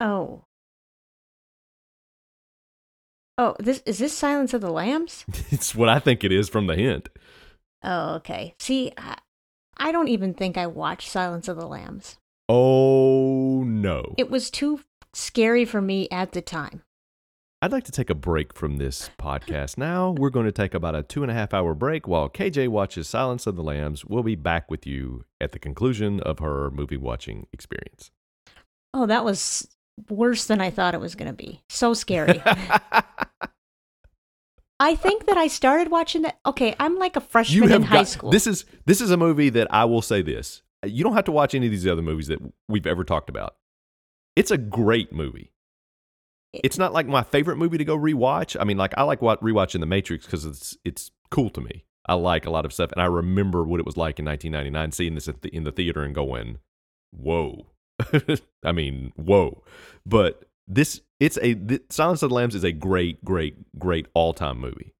Oh. Oh, this is this Silence of the Lambs? it's what I think it is from the hint. Oh, okay. See, I, I don't even think I watched Silence of the Lambs. Oh no. It was too scary for me at the time. I'd like to take a break from this podcast now. We're going to take about a two and a half hour break while KJ watches Silence of the Lambs. We'll be back with you at the conclusion of her movie watching experience. Oh, that was worse than I thought it was going to be. So scary. I think that I started watching that. Okay, I'm like a freshman in high got- school. This is this is a movie that I will say this. You don't have to watch any of these other movies that we've ever talked about. It's a great movie. It's not like my favorite movie to go rewatch. I mean, like I like wa- rewatching The Matrix because it's it's cool to me. I like a lot of stuff, and I remember what it was like in 1999 seeing this at the, in the theater and going, "Whoa!" I mean, "Whoa!" But this, it's a th- Silence of the Lambs is a great, great, great all time movie.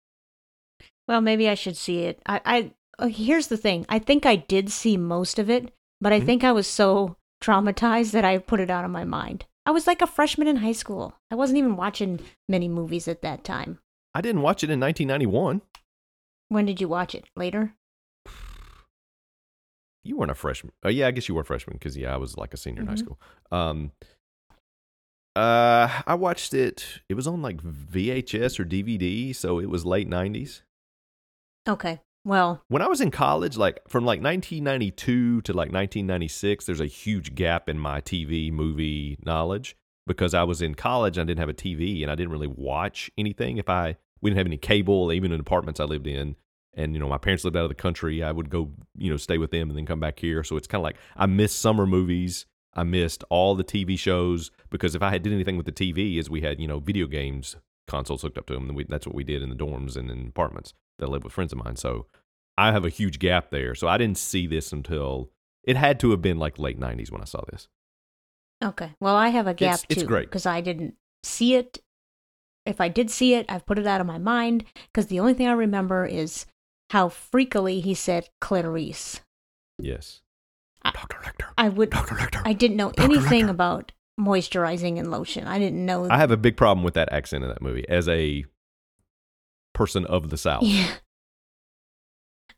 well, maybe I should see it. I, I uh, here's the thing. I think I did see most of it, but I Mm-hmm. think I was so traumatized that I put it out of my mind. I was like a freshman in high school. I wasn't even watching many movies at that time. I didn't watch it in 1991. When did you watch it? Later? you weren't a freshman. Oh, yeah, I guess you were a freshman because yeah, I was like a senior in high Mhm. school. Um, uh, I watched it. It was on like VHS or DVD, so it was late '90s. Okay. Well, When I was in college, like from like 1992 to like 1996, there's a huge gap in my TV movie knowledge because I was in college and I didn't have a TV and I didn't really watch anything. If I we didn't have any cable, even in apartments I lived in, and you know my parents lived out of the country, I would go you know stay with them and then come back here. So it's kind of like I missed summer movies. I missed all the TV shows because if I had did anything with the TV, is we had you know video games consoles hooked up to them, and we, that's what we did in the dorms and in apartments that I lived with friends of mine. So I have a huge gap there. So I didn't see this until it had to have been like late 90s when I saw this. okay. Well, I have a gap It's- it's too great. because I didn't see it. If I did see it, I've put it out of my mind because the only thing I remember is how freakily he said Clarice. Yes. I- Dr. Lecter. I would Dr. Lecter. I didn't know Dr. anything Lecter. about moisturizing and lotion. I didn't know I have a big problem with that accent in that movie as a person of the South. Yeah.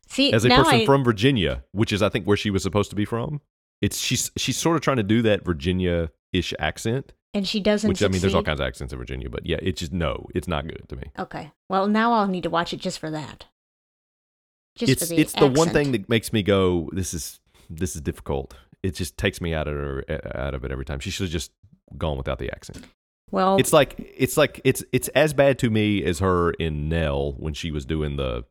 See, As a now person I, from Virginia, which is I think where she was supposed to be from. It's she's she's sort of trying to do that Virginia ish accent. and she doesn't Which I mean there's all succeed. kinds of accents in Virginia, but yeah, it's just no, it's not good to me. Okay. Well, now I'll need to watch it just for that. Just it's for the it's the one accent. thing that makes me go this is this is difficult it just takes me out of her, eh, out of it every time she should have just gone without the accent Well, it's like it's like it's it's as bad to me as her in nell when she was doing the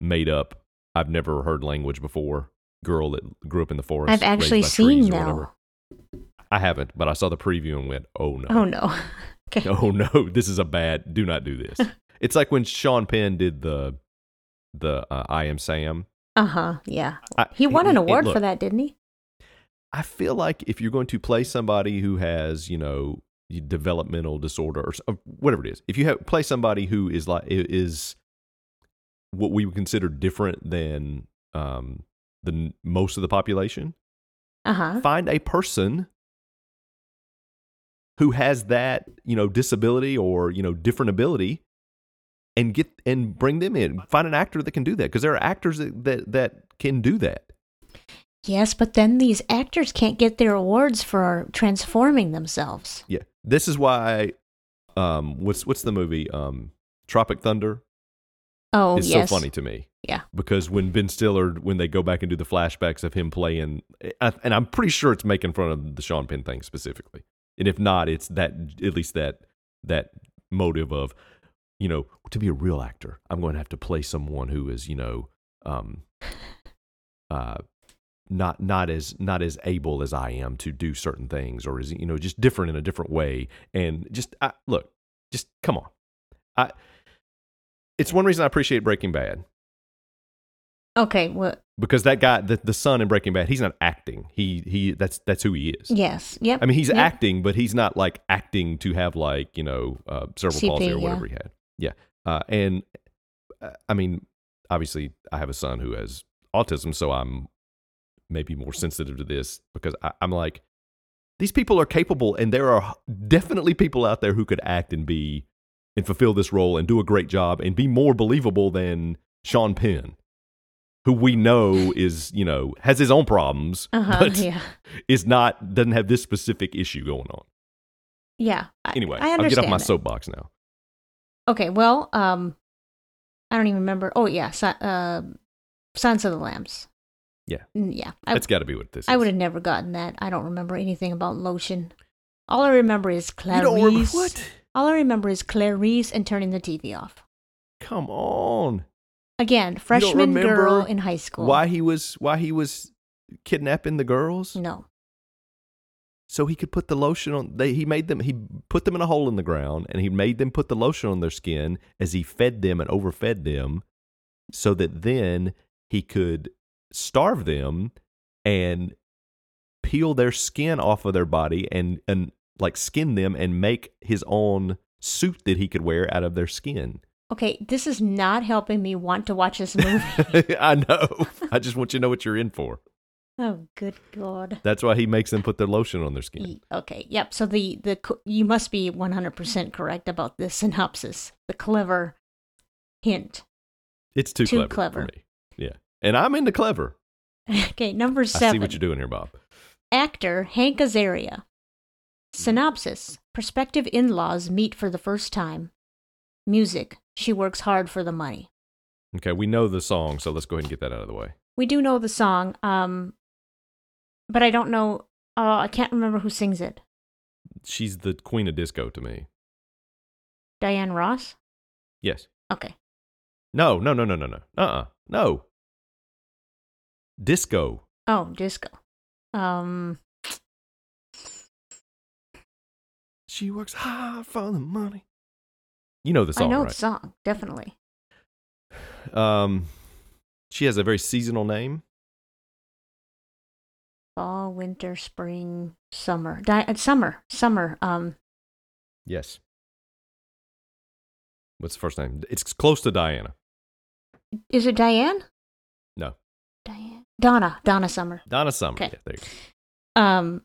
made up i've never heard language before girl that grew up in the forest I've raised actually by trees seen or whatever. now. i haven't but i saw the preview and went oh no Oh no. okay. oh no this is a bad do not do this it's like when sean penn did the the uh, i am sam Uh huh. Yeah. I- He won an it- it- award look, for that, didn't he? I feel like if you're going to play somebody who has, you know, y- developmental disorder or s- uh, whatever it is, if you have play somebody who is like i- is what we would consider different than um, the n- most of the population, Uh huh. find a person who has that, you know, disability or you know different ability, and get and bring them in. Find an actor that can do that because there are actors that, that that can do that. Yes, but then these actors can't get their awards for transforming themselves. Yeah. This is why um what's what's the movie? Um Tropic Thunder Oh is yes. so funny to me. Yeah. Because when Ben Stiller when they go back and do the flashbacks of him playing I- and I'm pretty sure it's making fun of the Sean Penn thing specifically. And if not, it's that at least that that motive of, you know, to be a real actor, I'm going to have to play someone who is, you know, um uh not not as not as able as I am to do certain things or is you know just different in a different way and just I, look just come on I it's one reason I appreciate Breaking Bad Okay. Well, because that guy the, the son in Breaking Bad he's not acting he he that's that's who he is yes. Yep. I mean he's yep. acting but he's not like acting to have like you know uh, cerebral CP, palsy or yeah. whatever he had yeah uh, and uh, I mean obviously I have a son who has autism, so I'm maybe more sensitive to this because I, I'm like, these people are capable, and there are definitely people out there who could act and be and fulfill this role and do a great job and be more believable than Sean Penn, who we know is you know has his own problems, Uh huh. but Yeah. is not doesn't have this specific issue going on. Yeah. I- Anyway, I will get off understand my that. soapbox now. Okay, well, um, I don't even remember. Oh yeah, si- uh, Sons of the Lambs. Yeah. Mm, yeah. I, That's got to be what this is. I would have never gotten that. I don't remember anything about lotion. All I remember is You Clarice. don't remember what? All I remember is Clarice and turning the TV off. Come on. Again, freshman girl remember in high school. Why he was why he was kidnapping the girls? No. So he could put the lotion on they he made them he put them in a hole in the ground and he made them put the lotion on their skin as he fed them and overfed them so that then he could starve them and peel their skin off of their body and and like skin them and make his own suit that he could wear out of their skin. Okay, this is not helping me want to watch this movie. I know. I just want you to know what you're in for. oh, good God. That's why he makes them put their lotion on their skin. E- Okay. Yep. So the the co- you must be 100% correct about this synopsis. The clever hint. It's too, Too clever, clever. for me. Yeah, and I'm into clever. okay, number I 7. see what you're doing here, Bob. Actor Hank Azaria. Synopsis: Prospective in-laws meet for the first time. Music: She works hard for the money. Okay, we know the song, so let's go ahead and get that out of the way. We do know the song, um, but I don't know. Uh, I can't remember who sings it. She's the queen of disco to me. Diane Ross. Yes. Okay. No. No. No. No. No. No. Uh. uh No. Disco. Oh, disco. Um, She works hard for the money. You know the song, I know right? the song definitely. Um, she has a very seasonal name. Fall, winter, spring, summer. Di- uh, summer, summer. Um, Yes. What's the first name? It's close to Diana. is it Diane? No. Diane. Donna. Donna Summer. Donna Summer. Okay. Yeah, there you go. Um,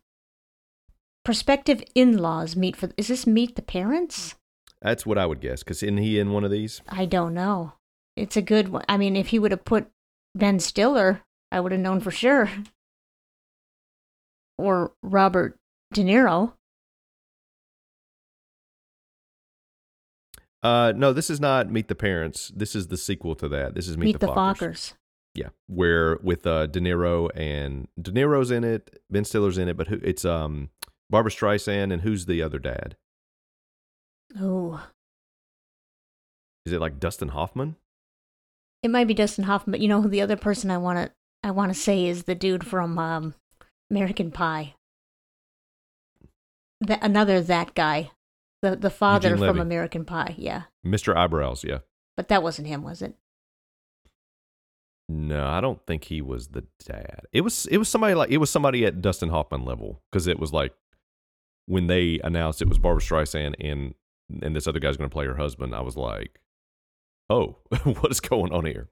prospective in-laws meet for. Is this meet the parents? That's what I would guess. Because isn't he in one of these? I don't know. It's a good one. I mean, if he would have put Ben Stiller, I would have known for sure. Or Robert De Niro. Uh, no, this is not Meet the Parents. This is the sequel to that. This is Meet, the, Fockers. Fockers. Yeah, where with uh, De Niro and De Niro's in it, Ben Stiller's in it, but who, it's um Barbara Streisand and who's the other dad? Oh, Is it like Dustin Hoffman? it might be Dustin Hoffman, but you know who the other person I want to I want to say is the dude from um, American Pie. That another that guy, the the father Eugene from Levy. American Pie. Yeah, Mr. Eyebrows. Yeah. but that wasn't him, was it? No, I don't think he was the dad. It was it was somebody like it was somebody at Dustin Hoffman level because it was like when they announced it was Barbara Streisand and and this other guy's going to play her husband. I was like, oh, what is going on here?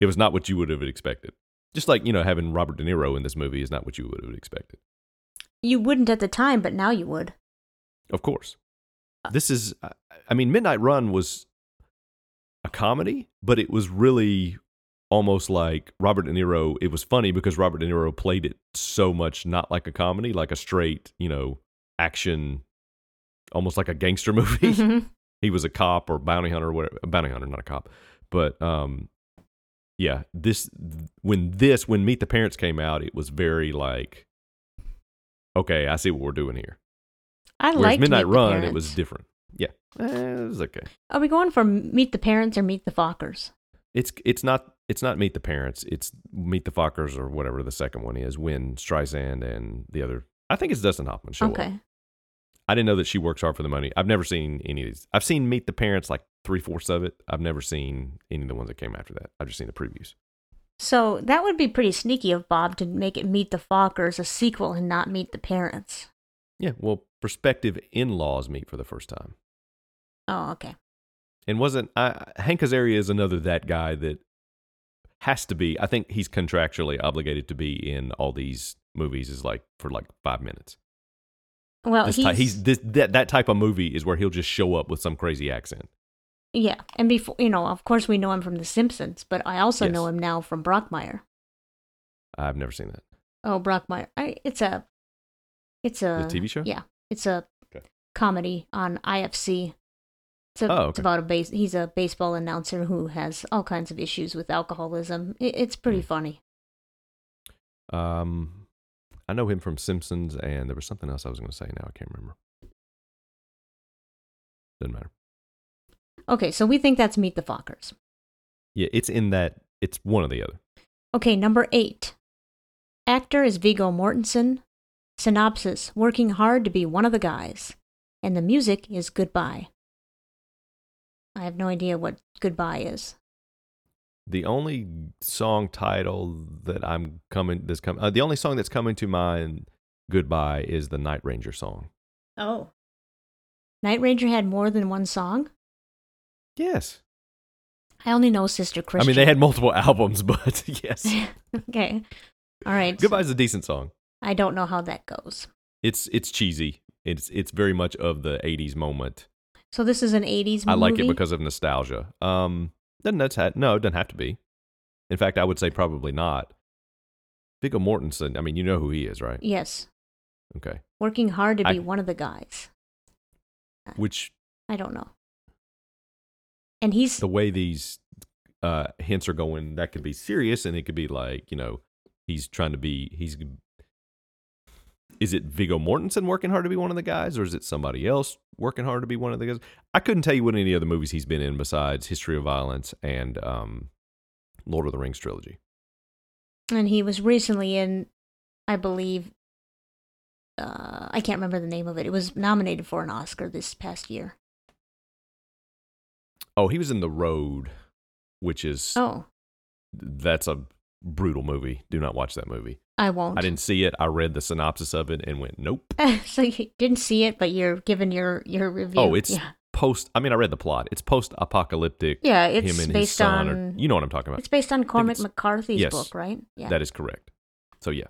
It was not what you would have expected. Just like you know, having Robert De Niro in this movie is not what you would have expected. You wouldn't at the time, but now you would. Of course, this is. I- I mean, Midnight Run was a comedy, but it was really almost like Robert De Niro. It was funny because Robert De Niro played it so much not like a comedy, like a straight, you know, action, almost like a gangster movie. Mhm. he was a cop or bounty hunter or whatever a bounty hunter not a cop but um yeah this when this when meet the parents came out it was very like okay i see what we're doing here I whereas like midnight run it Parents. Uh, was different yeah Eh, it was okay Are we going for Meet the Parents or Meet the Fockers? it's it's not it's not meet the parents it's meet the fockers or whatever the second one is when streisand and the other i think it's dustin hoffman show up. okay. I didn't know that she works hard for the money. I've never seen any of these. I've seen Meet the Parents like three fourths of it. I've never seen any of the ones that came after that. I've just seen the previews. So that would be pretty sneaky of Bob to make it Meet the Fockers a sequel and not Meet the Parents. Yeah, well, prospective in laws meet for the first time. Oh, okay. And wasn't I, Hank Azaria is another that guy that has to be. I think he's contractually obligated to be in all these movies. Is like for like five minutes. Well, this Oh, he's, ty- he's this, that that type of movie is where he'll just show up with some crazy accent. yeah, and before you know, of course, we know him from The Simpsons, but I also know Yes. him now from Brockmire. I've never seen that. Oh, Brockmire, I, it's a, it's a TV show? Yeah, it's a Okay. comedy on IFC. It's, a, Oh, it's okay. about a base. He's a baseball announcer who has all kinds of issues with alcoholism. It, it's pretty Hmm. funny. Um, I know him from Simpsons, and there was something else I was going to say. Now I can't remember. Doesn't matter. Okay, so we think that's Meet the Fockers. Yeah, it's in that. It's one or the other. Okay, number eight. Actor is Vigo Mortensen. Synopsis Working hard to be one of the guys. And the music is Goodbye. I have no idea what Goodbye is. The only song title that I'm coming that's coming uh, the only song that's coming to mind goodbye is the Night Ranger song. Oh. Night Ranger had more than one song? Yes. I only know Sister Christian. I mean they had multiple albums, but yes. okay. All right. Goodbye's a decent song. I don't know how that goes. It's it's cheesy. It's it's very much of the 80s moment. So this is an 80s movie? I like it because of nostalgia. Um, doesn't that's ha- no, it doesn't have to be. In fact, I would say probably not. Viggo Mortensen. I mean, you know who he is, right? Yes. Okay. Working hard to be I- one of the guys. Which I don't know. And he's the way these uh, hints are going, that could be serious, and it could be like you know, he's trying to be he's. Is it Viggo Mortensen working hard to be one of the guys, or is it somebody else working hard to be one of the guys? I couldn't tell you what any other movies he's been in besides History of Violence and um, Lord of the Rings trilogy. and he was recently in, I believe. Uh, I can't remember the name of it. It was nominated for an Oscar this past year. Oh, he was in The Road, which is Oh, that's a brutal movie. Do not watch that movie. I won't. I didn't see it. I read the synopsis of it and went, nope. so you didn't see it, but you're giving your your review. Oh, it's yeah, post. I mean, I read the plot. It's post-apocalyptic. yeah. It's him and his based son. on Or, you know what I'm talking about. it's based on Cormac it's- McCarthy's yes. book, right? Yeah. That is correct. So yeah,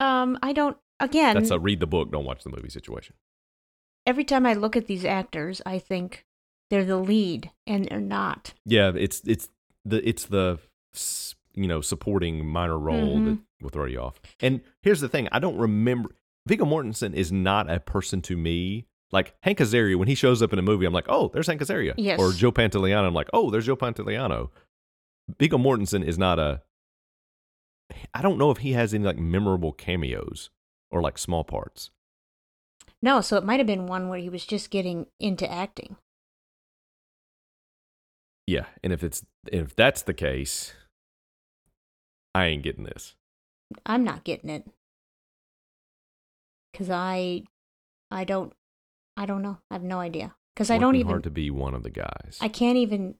um, I don't. Again, that's a read the book, don't watch the movie situation. every time I look at these actors, I think they're the lead, and they're not. Yeah, it's it's the it's the s- you know supporting minor role that will throw you off. And here's the thing: I don't remember. Viggo Mortensen is not a person to me. Like Hank Azaria, when he shows up in a movie, I'm like, oh, there's Hank Azaria. Yes. Or Joe Pantoliano, I'm like, oh, there's Joe Pantoliano. Viggo Mortensen is not a. I don't know if he has any like memorable cameos or like small parts. No, so it might have been one where he was just getting into acting. Yeah, and if it's if that's the case, I ain't getting this. I'm not getting it because I, I don't, I don't know. I have no idea because I don't Working even. hard to be one of the guys. I can't even.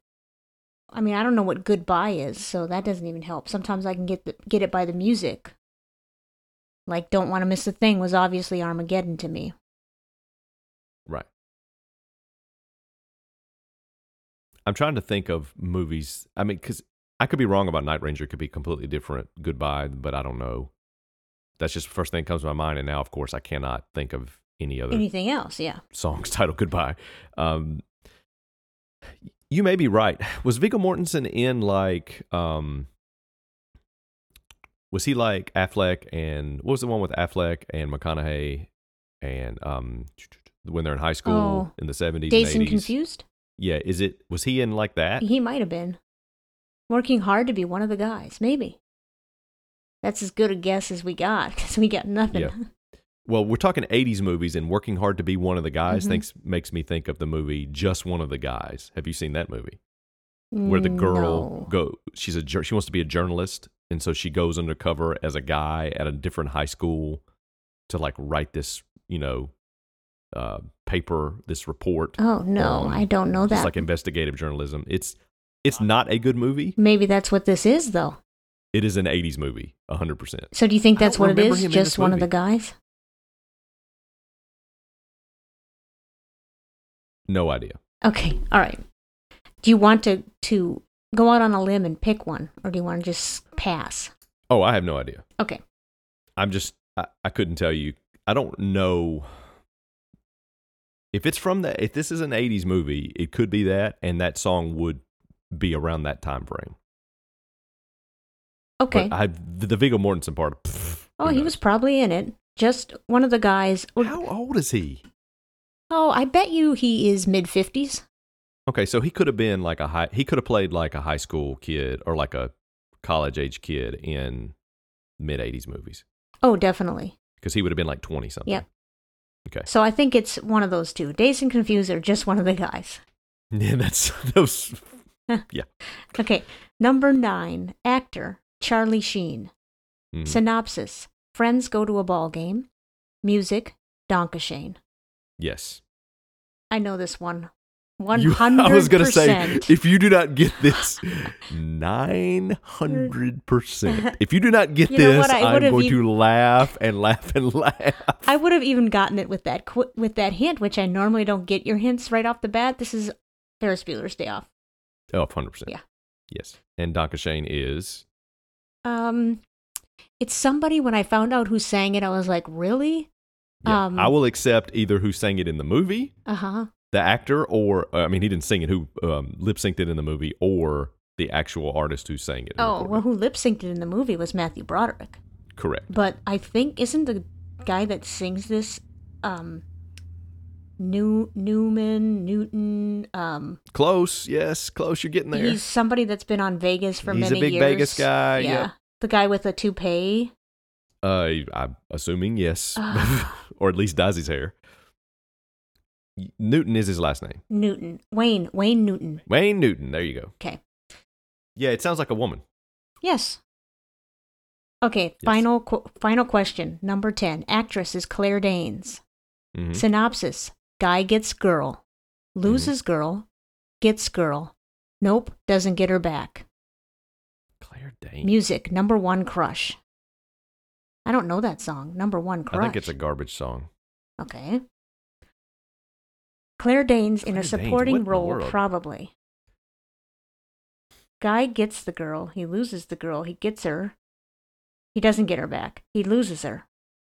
I mean, I don't know what goodbye is, so that doesn't even help. Sometimes I can get the, get it by the music. Like, don't want to miss a thing was obviously Armageddon to me. Right. I'm trying to think of movies. I mean, because I could be wrong about Night Ranger. It could be completely different. Goodbye, but I don't know. That's just the first thing that comes to my mind. And now, of course, I cannot think of any other Anything else? Yeah. songs titled Goodbye. Um, you may be right. Was Viggo Mortensen in like, um, was he like Affleck and what was the one with Affleck and McConaughey and um, when they're in high school Oh. in the 70s? Dazed and and 80s? confused. Yeah. Is it, was he in like that? He might have been working hard to be one of the guys. Maybe. That's as good a guess as we got because we got nothing. Yeah. Well, we're talking 80s movies and working hard to be one of the guys Mm-hmm. thinks, makes me think of the movie Just One of the Guys. Have you seen that movie? where the girl No. go she's a jour- she wants to be a journalist and so she goes undercover as a guy at a different high school to like write this you know uh paper this report Oh no, on- I don't know it's that. Um, like investigative journalism it's it's not a good movie Maybe that's what this is though. it is an 80s movie 100% So do you think I don't that's what it remember is? him in Just this one of movie. the guys? no idea Okay. All right. Do you want to to go out on a limb and pick one or do you want to just pass? oh i have no idea Okay. i'm just i, I couldn't tell you i don't know if it's from the if this is an 80s movie it could be that and that song would be around that time frame Okay. But uh, I the, the Viggo Mortensen part. pff, oh, who he knows? was probably in it. Just one of the guys. How old is he? Oh, I bet you he is mid 50s. Okay, so he could have been like a high. He could have played like a high school kid or like a college age kid in mid '80s movies Oh, definitely. because he would have been like twenty something. Yep. Okay. So I think it's one of those two. Dazed and Confused are just one of the guys. Yeah, that's those. Okay, number nine, actor Charlie Sheen. Mhm. Synopsis: Friends go to a ball game. Music: Donkashane. Yes. I know this one. One You- hundred. I was gonna say, if you do not get this, nine hundred percent. If you do not get You know this, what? I I'm would've going e- to laugh and laugh and laugh. I would have even gotten it with that qu- with that hint, which I normally don't get your hints right off the bat. This is Ferris Bueller's Day Off. Oh, 100 percent. Yeah. Yes. And Donka Shane is Um, it's somebody. When I found out who sang it, I was like, really? Yeah. Um, I will accept either who sang it in the movie, Uh huh. the actor, or uh, I mean, he didn't sing it. Who um, lip synced it in the movie, or the actual artist who sang it? and Oh, recorded well, it. who lip synced it in the movie was Matthew Broderick. correct. But I think isn't the guy that sings this, um, New Newman Newton? Um, Close. Yes, close. You're getting there. he's somebody that's been on Vegas for He's a many big years. Vegas guy, Yeah, yep. the guy with the toupee. Uh, I'm assuming yes, Ugh. or at least dyes his hair. Newton is his last name. Newton. Wayne. Wayne Newton. Wayne Newton. There you go. Okay. Yeah, it sounds like a woman. Yes. Okay, final qu- final question, number 10. Actress is Claire Danes. Mhm. Synopsis: Guy gets girl, loses Hmm. girl, gets girl. Nope, doesn't get her back. Claire Danes. Music: Number 1 Crush. I don't know that song. Number 1 Crush. I think it's a garbage song. Okay. Claire Danes in Claire a Danes, supporting what in the role, world? probably. Guy gets the girl. He loses the girl. He gets her. He doesn't get her back. He loses her.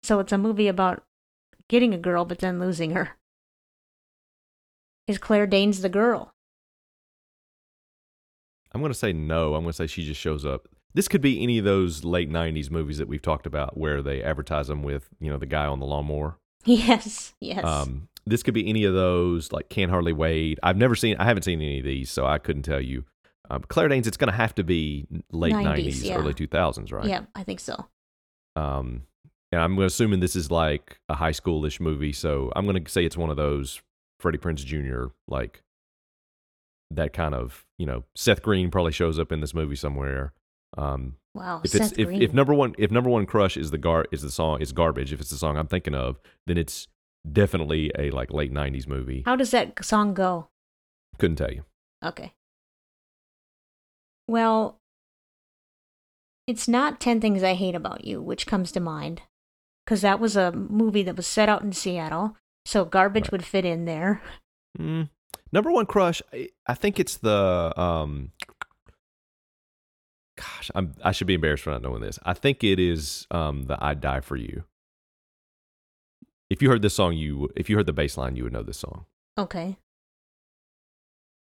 So it's a movie about getting a girl but then losing her. Is Claire Danes the girl? I'm gonna say no. I'm gonna say she just shows up. This could be any of those late '90s movies that we've talked about, where they advertise them with you know the guy on the lawnmower. Yes, yes. Um, this could be any of those, like Can Hardly Wait. I've never seen, I haven't seen any of these, so I couldn't tell you. Um, Claire Danes, it's going to have to be late 90s, 90s, yeah. early 2000s, right? Yeah, I think so. Um, and I'm assuming this is like a high schoolish movie, so I'm going to say it's one of those Freddie Prince Jr. like that kind of you know Seth Green probably shows up in this movie somewhere. Um, Wow. if Oh, Seth it's if, Green. if number one if number one crush is the gar is the song is garbage if it's the song I'm thinking of then it's definitely a like late 90s movie. How does that song go? Couldn't tell you. Okay. Well, it's not 10 Things I Hate About You, which comes to mind, because that was a movie that was set out in Seattle, so garbage Right. would fit in there. Mm. Number one crush, I, I think it's the um. Gosh, I'm I should be embarrassed for not knowing this. I think it is um the I Die for You. If you heard this song, you if you heard the bass line, you would know this song. Okay.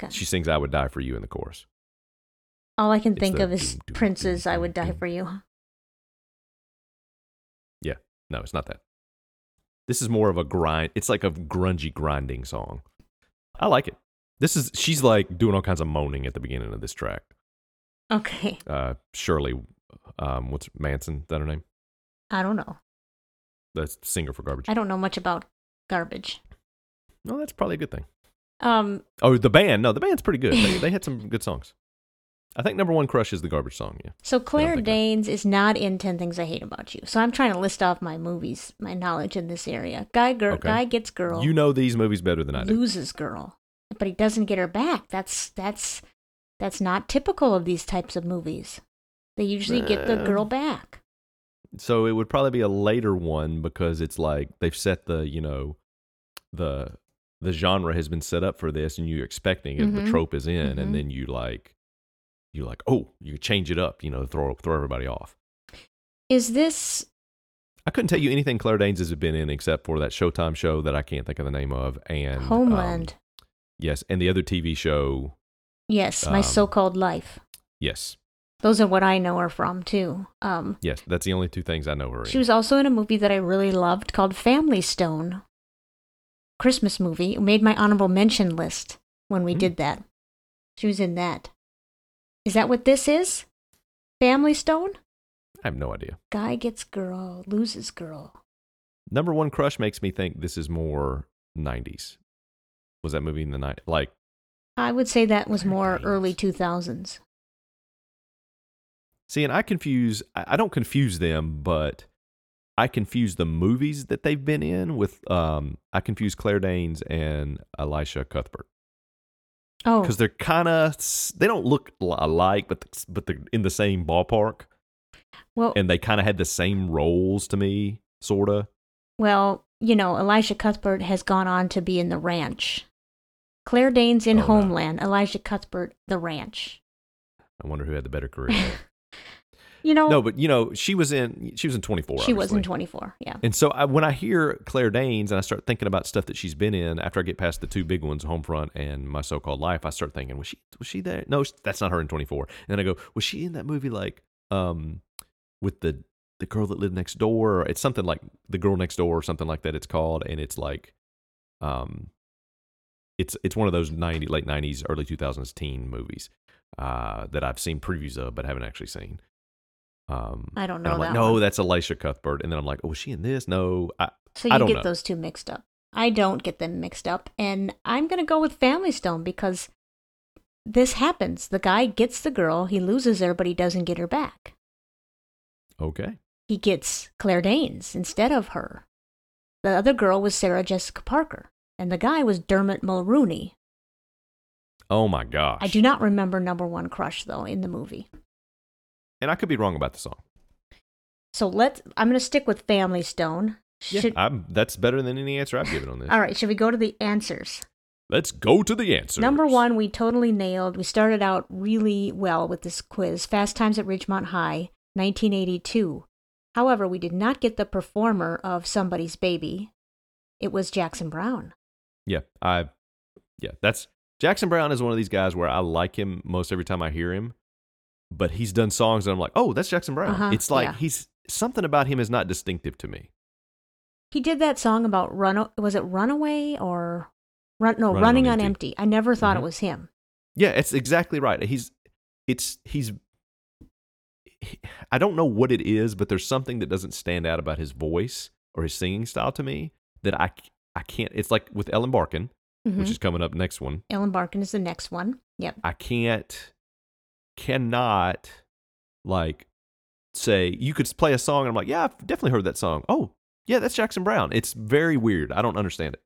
Okay. She sings "I Would Die for You" in the chorus. All I can It's think the of is doom, doom, Prince's doom, I Would doom, Die doom. for You. Yeah, no, it's not that. This is more of a grind. It's like a grungy grinding song. I like it. This is she's like doing all kinds of moaning at the beginning of this track. Okay. Uh, Shirley, um, what's Manson? Is that her name? I don't know. the singer for Garbage. I don't know much about garbage. No, that's probably a good thing. Um, Oh, the band. No, the band's pretty good. They, they had some good songs. I think number one crush is the Garbage song. Yeah. so Claire think I- Danes is not in 10 Things I Hate About You. So I'm trying to list off my movies, my knowledge in this area. Guy girl, Okay. guy gets girl. You know these movies better than I do. loses girl, but he doesn't get her back. That's that's that's not typical of these types of movies. They usually get the Uh, girl back. So it would probably be a later one because it's like they've set the you know the the genre has been set up for this, and you're expecting it. Mhm. The trope is in, Mhm. and then you like you like oh you change it up. You know throw throw everybody off. Is this I couldn't tell you anything Claire Danes has been in except for that Showtime show that I can't think of the name of and um, Homeland? Yes, and the other TV show, yes, my um, so-called life. yes, Those are what I know her from too. Um, yes, that's the only two things I know her. in. she was also in a movie that I really loved called Family Stone. Christmas movie It made my honorable mention list when we Hmm. did that. She was in that. Is that what this is? Family Stone? I have no idea. Guy gets girl, loses girl. Number one crush makes me think this is more '90s. Was that movie in the night like I would say that was more early 2000s. See, and I confuse, I I don't confuse them, but I confuse the movies that they've been in with, um, I confuse Claire Danes and Elisha Cuthbert Oh, because they're kind of, they don't look li- alike, but, th- but they're in the same ballpark well, and they kind of had the same roles to me, sort of. well, you know, Elisha Cuthbert has gone on to be in The Ranch. Claire Danes in Oh, no. Homeland, Elijah Cuthbert, The Ranch. I wonder who had the better career. You know, no, but you know, she was in, she was in 24. she was obviously. in 24. Yeah. And so I, when I hear Claire Danes and I start thinking about stuff that she's been in after I get past the two big ones, Homefront and My So-Called Life, I start thinking, was she was she there? No, sh- that's not her in 24. And then I go, was she in that movie like um with the the girl that lived next door? Or it's something like The Girl Next Door or something like that it's called and it's like um it's it's one of those 90 late 90s early 2000s teen movies uh that I've seen previews of but haven't actually seen. Um I don't and know I'm like, that no, one. that's Elisha Cuthbert. And then I'm like, oh, was she in this? No. I, So I you don't get know. those two mixed up. I don't get them mixed up. And I'm going to go with Family Stone because this happens. The guy gets the girl, he loses her, but he doesn't get her back. okay. He gets Claire Danes instead of her. The other girl was Sarah Jessica Parker, and the guy was Dermot Mulrooney. Oh my gosh. I do not remember number one crush, though, in the movie. And I could be wrong about the song. So let's, I'm going to stick with Family Stone. Should, I'm, that's better than any answer I've given on this. all right, should we go to the answers? Let's go to the answer. Number one, we totally nailed. We started out really well with this quiz. Fast Times at Ridgemont High, 1982. However, we did not get the performer of Somebody's Baby. It was Jackson Brown. Yeah. I. Yeah. That's Jackson Brown is one of these guys where I like him most every time I hear him, but he's done songs and I'm like, oh, that's Jackson Brown. Uh-huh, It's like yeah. he's something about him is not distinctive to me. He did that song about run. Was it Runaway or run? No, Running Running, on on, Empty. empty. I never thought Mhm. it was him. Yeah, it's exactly right. He's it's he's he- I don't know what it is, but there's something that doesn't stand out about his voice or his singing style to me that I c- I can't. It's like with Ellen Barkin, Mhm. which is coming up next one. Ellen Barkin is the next one. Yep. I can't cannot like say you could play a song and I'm like, yeah, I've definitely heard that song. Oh, yeah, that's Jackson Brown. It's very weird. I don't understand it.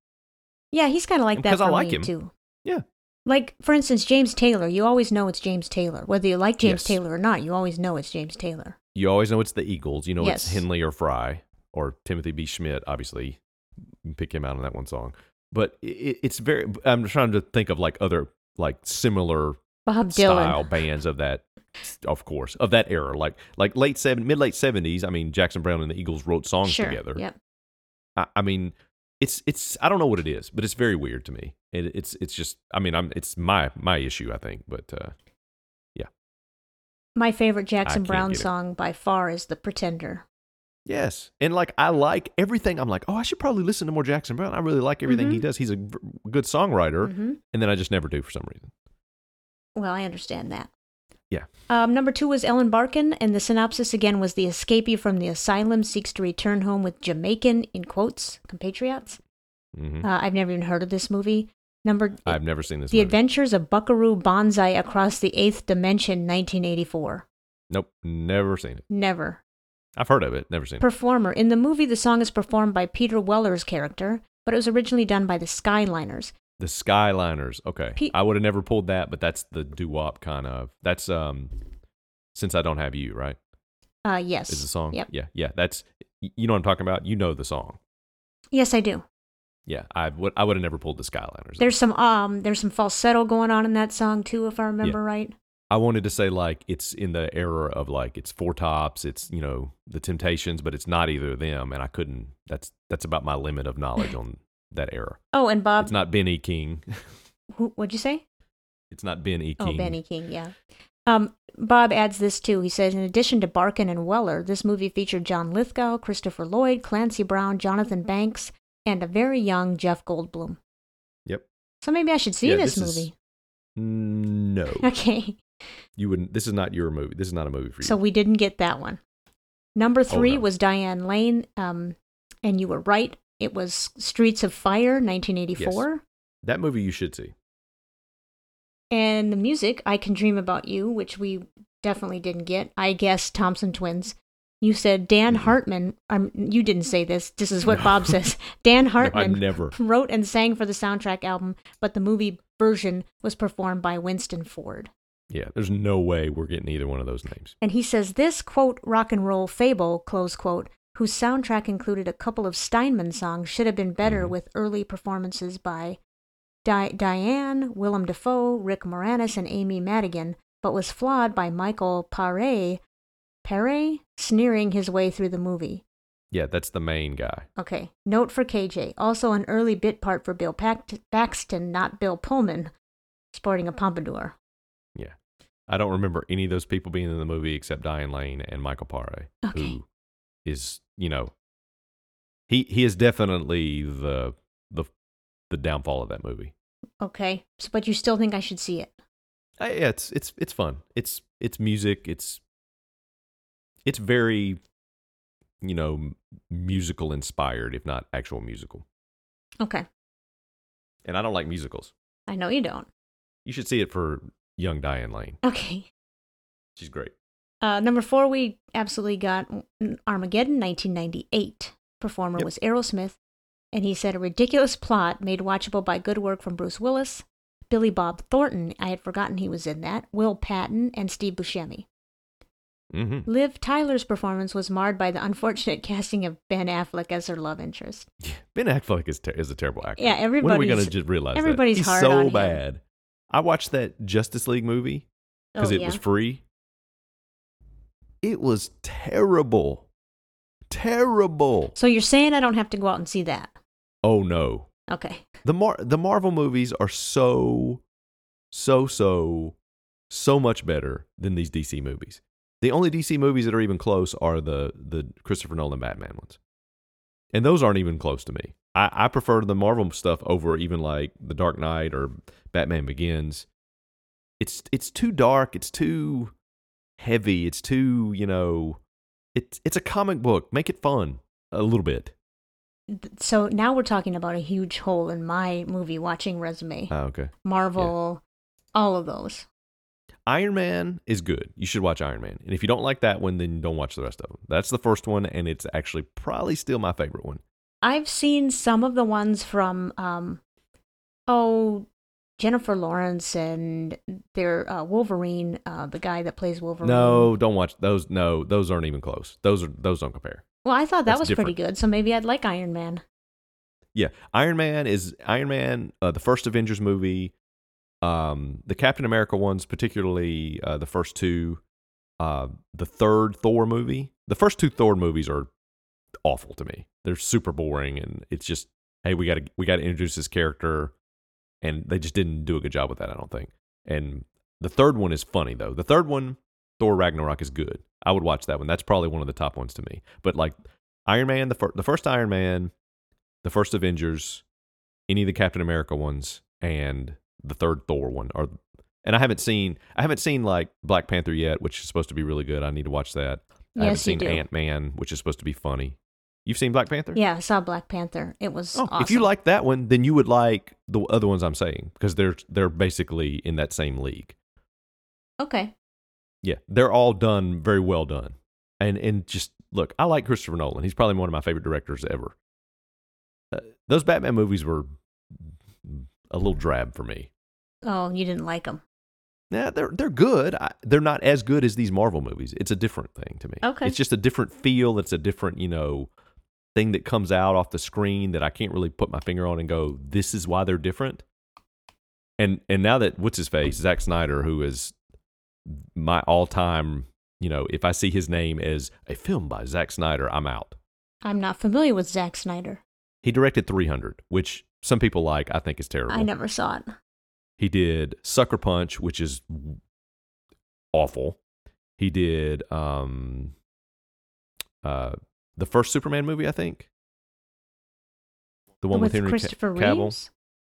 Yeah, he's kind of like that Because for I like me him. too. Yeah. Like for instance, James Taylor. You always know it's James Taylor, whether you like James Yes. Taylor or not. You always know it's James Taylor. you always know it's the Eagles. You know it's Yes. Henley or Fry or Timothy B. Schmidt. Obviously, You pick him out in that one song. But it, it's very. I'm trying to think of like other like similar Bob Dylan. style bands of that, of course, of that era. Like like late seven, mid late seventies. I mean, Jackson Brown and the Eagles wrote songs sure. together. Yep. I, I mean, it's it's. I don't know what it is, but it's very weird to me. It, it's it's just. I mean, I'm. It's my my issue. I think, but uh, My favorite Jackson can't Brown get it. song by far is The Pretender. Yes. And like I like everything. I'm like, oh, I should probably listen to more Jackson Brown. I really like everything Mm-hmm. he does. He's a v- good songwriter. hmm And then I just never do for some reason. Well, I understand that. Yeah. Um, number two was Ellen Barkin, and the synopsis again was the escapee from the asylum seeks to return home with Jamaican, in quotes, compatriots. hmm Uh, I've never even heard of this movie. Number I've never seen this. The movie. Adventures of Buckaroo Banzai Across the Eighth Dimension, 1984. Nope. Never seen it. Never. I've heard of it. Never seen it. Performer. In the movie, the song is performed by Peter Weller's character, but it was originally done by the Skyliners. The Skyliners. Okay. Pe- I would have never pulled that, but that's the doo wop kind of. That's um, since I don't have you, right? Uh, yes. Is the song? Yep. Yeah. Yeah. That's y- you know what I'm talking about. You know the song. Yes, I do. Yeah. I would. I would have never pulled the Skyliners. There's some um, there's some falsetto going on in that song too, if I remember right. I wanted to say like it's in the era of like it's Four Tops, it's you know the Temptations, but it's not either of them, and I couldn't. That's that's about my limit of knowledge on that era. Oh, and Bob, It's not Ben E. King. who, what'd you say? It's not Ben E. King. Oh, Benny King, yeah. Um, Bob adds this too. He says, in addition to Barkin and Weller, this movie featured John Lithgow, Christopher Lloyd, Clancy Brown, Jonathan Banks, and a very young Jeff Goldblum. Yep. So maybe I should see Yeah, this, this is- movie. No, Okay. you wouldn't. This is not your movie. This is not a movie for you. So we didn't get that one. Number three Oh, no. was Diane Lane, um, and you were right. It was Streets of Fire, 1984. that movie you should see. And the music, I Can Dream About You, which we definitely didn't get. I guess Thompson Twins. You said Dan Hartman. Um, you didn't say this. This is what Bob says. Dan Hartman never. wrote and sang for the soundtrack album, but the movie version was performed by Winston Ford. Yeah, there's no way we're getting either one of those names. And he says this quote rock and roll fable close quote whose soundtrack included a couple of Steinman songs should have been better Mhm. with early performances by Di- Diane, Willem Dafoe, Rick Moranis, and Amy Madigan, but was flawed by Michael Paré, Paré sneering his way through the movie. Yeah, that's the main guy. Okay, note for KJ. Also, an early bit part for Bill Pact- Paxton, not Bill Pullman, sporting a pompadour. Yeah. I don't remember any of those people being in the movie except Diane Lane and Michael Paré, Okay. who is, you know, he he is definitely the the the downfall of that movie. Okay, so, but you still think I should see it? Uh, yeah, it's it's it's fun. It's it's music. It's it's very you know m- musical inspired, if not actual musical. Okay, And I don't like musicals. I know you don't. You should see it for young Diane Lane. Okay. She's great. Uh, number four, we absolutely got Armageddon, 1998. Performer Yep. was Aerosmith, and he said a ridiculous plot made watchable by good work from Bruce Willis, Billy Bob Thornton. I had forgotten he was in that. Will Patton and Steve Buscemi. Mm-hmm. Liv Tyler's performance was marred by the unfortunate casting of Ben Affleck as her love interest. Ben Affleck is ter- is a terrible actor. Yeah, When are we gonna everybody's- just realize everybody's that? He's hard so on him. bad. I watched that Justice League movie because Oh, it yeah. was free. It was terrible, terrible. So you're saying I don't have to go out and see that? Oh no, Okay. the Mar- the Marvel movies are so, so so, so much better than these DC movies. The only DC movies that are even close are the the Christopher Nolan Batman ones, and those aren't even close to me. I, I prefer the Marvel stuff over even like The Dark Knight or Batman Begins. It's it's too dark. It's too heavy. It's too you know. It's it's a comic book. Make it fun a little bit. Th- So now we're talking about a huge hole in my movie watching resume. Ah, okay. Marvel, all of those. Iron Man is good. You should watch Iron Man. And if you don't like that one, then don't watch the rest of them. That's the first one, and it's actually probably still my favorite one. I've seen some of the ones from um oh Jennifer Lawrence and their uh, Wolverine, uh, the guy that plays Wolverine. No, don't watch those. No, those aren't even close. Those are those don't compare. Well, I thought that That's was pretty good, so maybe I'd like Iron Man. Yeah, Iron Man is Iron Man. Uh, the first Avengers movie, um, the Captain America ones, particularly uh, the first two, uh, the third Thor movie. The first two Thor movies are awful to me. They're super boring, and it's just hey, we got to we got to introduce this character, and they just didn't do a good job with that. I don't think. And the third one is funny though. The third one, Thor Ragnarok, is good. I would watch that one. That's probably one of the top ones to me. But like Iron Man, the fir- the first Iron Man the first Avengers, any of the Captain America ones, and the third Thor one. Are and I haven't seen I haven't seen like Black Panther yet, which is supposed to be really good. I need to watch that. I haven't Yes, you seen do. Ant Man, which is supposed to be funny. You've seen Black Panther? Yeah, I saw Black Panther. It was Oh, awesome. If you like that one, then you would like the other ones I'm saying because they're they're basically in that same league. okay, Yeah, they're all done very well done, and and just look, I like Christopher Nolan. He's probably one of my favorite directors ever. Uh, those Batman movies were mm, a little drab for me. oh, you didn't like them. Yeah, they're they're good. I, they're not as good as these Marvel movies. It's a different thing to me. Okay. it's just a different feel. It's a different you know thing that comes out off the screen that I can't really put my finger on and go, this is why they're different. And and now that what's his face Zack Snyder, who is my all time, you know, if I see his name as a film by Zack Snyder, I'm out. I'm not familiar with Zack Snyder. He directed 300, which some people like. I think is terrible. I never saw it. He did Sucker Punch, which is awful. He did um uh the first Superman movie, I think. The one with, Henry Ca- Christopher Cavill. Reeves.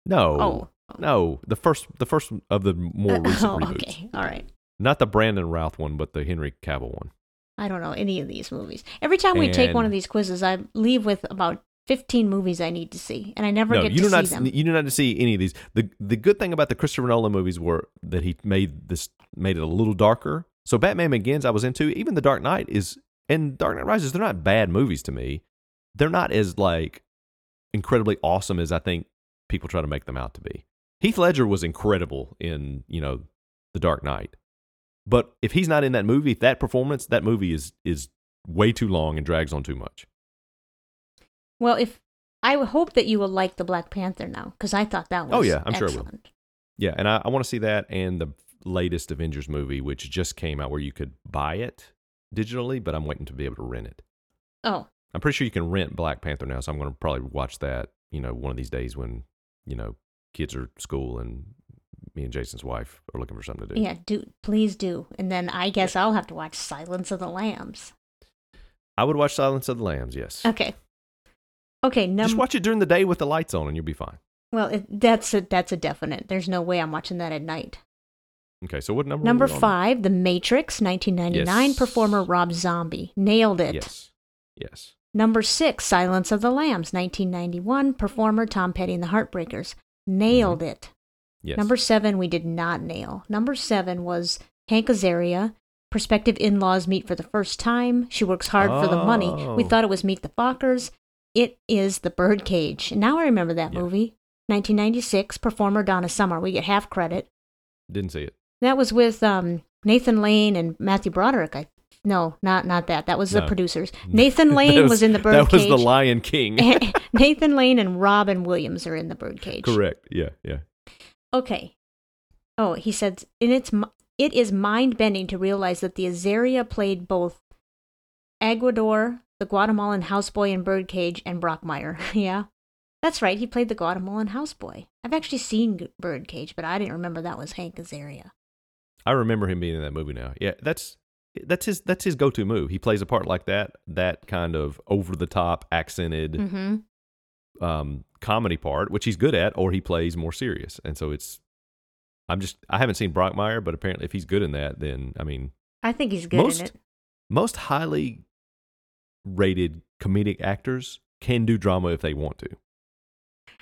No. Oh, No, the first the first of the more Uh, recent oh, reboots. okay, all right. Not the Brandon Routh one, but the Henry Cavill one. I don't know any of these movies. Every time we take one And- of these quizzes, I leave with about 15 movies I need to see, and I never No, get you to do not. see them. You do not see any of these. the The good thing about the Christopher Nolan movies were that he made this made it a little darker. So Batman Begins, I was into. Even The Dark Knight is, and Dark Knight Rises, they're not bad movies to me. They're not as like incredibly awesome as I think people try to make them out to be. Heath Ledger was incredible in you know The Dark Knight, but if he's not in that movie, that performance, that movie is is way too long and drags on too much. Well, if I hope that you will like the Black Panther now, because I thought that was Oh, yeah, I'm sure I will. excellent. Yeah, and I, I want to see that and the latest Avengers movie, which just came out where you could buy it digitally, but I'm waiting to be able to rent it. Oh, I'm pretty sure you can rent Black Panther now, so I'm going to probably watch that, you know, one of these days when, you know, kids are at school and me and Jason's wife are looking for something to do. yeah, do please do, and then I guess I'll have to watch Silence of the Lambs. I would watch Silence of the Lambs, yes. Okay, okay, Just number watch it during the day with the lights on and you'll be fine. well, it, that's a that's a definite. There's no way I'm watching that at night. Okay, so what number? were Number we on? five, The Matrix, 1999, um, Yes. performer Rob Zombie nailed it. Yes. Yes. Number six, Silence of the Lambs, 1991, performer Tom Petty and the Heartbreakers nailed it. Mm-hmm. Yes. Number seven, we did not nail. Number seven was Hank Azaria. Prospective in laws meet for the first time. She works hard for the money. We Oh. thought it was Meet the Fockers. It is The Birdcage. And now I remember that Yeah. movie. 1996, performer Donna Summer. We get half credit. Didn't see it. That was with um, Nathan Lane and Matthew Broderick. I no, not not that. That was the No. producers. Nathan Lane That was, in the That was Birdcage. the Lion King. Nathan Lane and Robin Williams are in the Birdcage. Correct. Yeah. Yeah. Okay. Oh, he said, and it's mi- it is mind bending to realize that the Azaria played both Aguador, the Guatemalan houseboy in Birdcage, and Brockmire. yeah, that's right. He played the Guatemalan houseboy. I've actually seen G- Birdcage, but I didn't remember that was Hank Azaria. I remember him being in that movie now. Yeah, that's that's his that's his go-to move. He plays a part like that, that kind of over the top accented Mm-hmm. um comedy part, which he's good at or he plays more serious. And so it's I'm just I haven't seen Brockmire, but apparently if he's good in that, then I mean, I think he's good Most- in it. most highly rated comedic actors can do drama if they want to.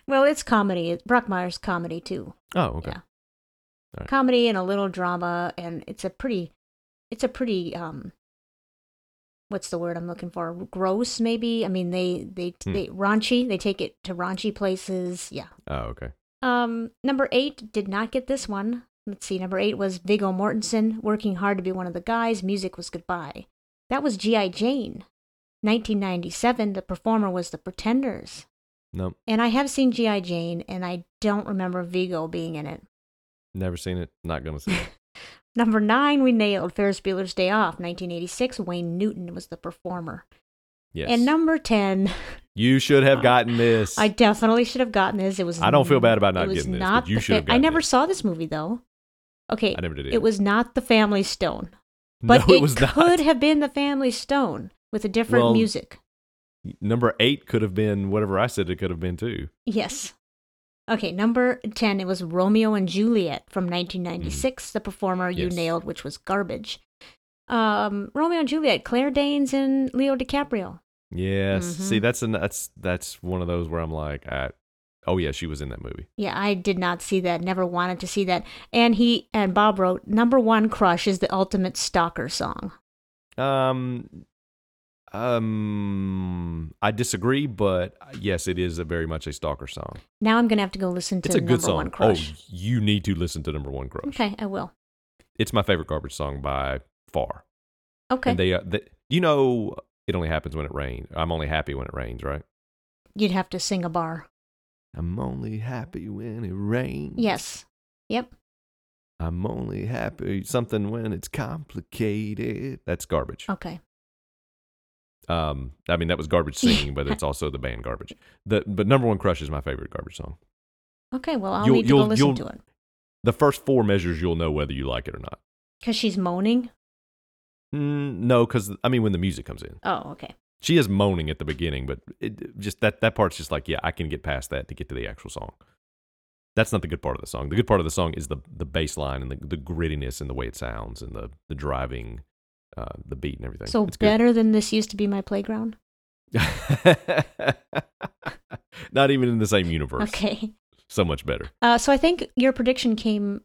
Well, it's comedy. It- Brockmire's comedy too. Oh, okay. Yeah. All right. Comedy and a little drama, and it's a pretty, it's a pretty um. What's the word I'm looking for? Gross, maybe. I mean, they they Hmm. they raunchy. They take it to raunchy places. Yeah. Oh, okay. Um, number eight did not get this one. Let's see. Number eight was Viggo Mortensen working hard to be one of the guys. Music was goodbye. That was G.I. Jane, 1997. The performer was The Pretenders. No, And I have seen G.I. Jane, and I don't remember Vigo being in it. never seen it. Not gonna see it. Number nine, we nailed Ferris Bueller's Day Off, 1986. Wayne Newton was the performer. Yes. And number 10, you should have gotten this. Uh, I definitely should have gotten this. It was. I don't feel bad about it not was getting this, but not you the should have I gotten never this. saw this movie, though. Okay. I never did either. It was not The Family Stone, but no, it, it, was not. could have been The Family Stone with a different Well- music. Number eight could have been whatever I said it could have been too. Yes. Okay, number 10, it was Romeo and Juliet from 1996, the performer you Mm. Yes. nailed, which was garbage. Um, Romeo and Juliet, Claire Danes and Leo DiCaprio. Yes. Mhm. See, that's an that's that's one of those where I'm like, I, oh yeah, she was in that movie. Yeah, I did not see that, never wanted to see that. And he and Bob wrote, number one crush is the ultimate stalker song. Um, um, I disagree, but yes, it is a very much a stalker song. Now I'm going to have to go listen to It's a number good song. one crush. Oh, you need to listen to Number One Crush. okay, I will. It's my favorite garbage song by far. Okay. And they, uh, they, you know, it only happens when it rains. I'm only happy when it rains, right? You'd have to sing a bar. I'm only happy when it rains. Yes. Yep. I'm only happy something when it's complicated. That's garbage. Okay. Um, I mean that was garbage singing, but it's also the band garbage. The but number one crush is my favorite garbage song. Okay, well, I'll You'll- need to go you'll- listen you'll- to it. The first four measures you'll know whether you like it or not. Because she's moaning? Mm, no, because I mean when the music comes in, Oh, okay. she is moaning at the beginning, but it, just that that part's just like yeah, I can get past that to get to the actual song. That's not the good part of the song. The good part of the song is the the bass line and the, the grittiness and the way it sounds and the the driving, uh, the beat and everything. So It's good. better than this used to be my playground. Not even in the same universe. Okay. So much better. Uh, so I think your prediction came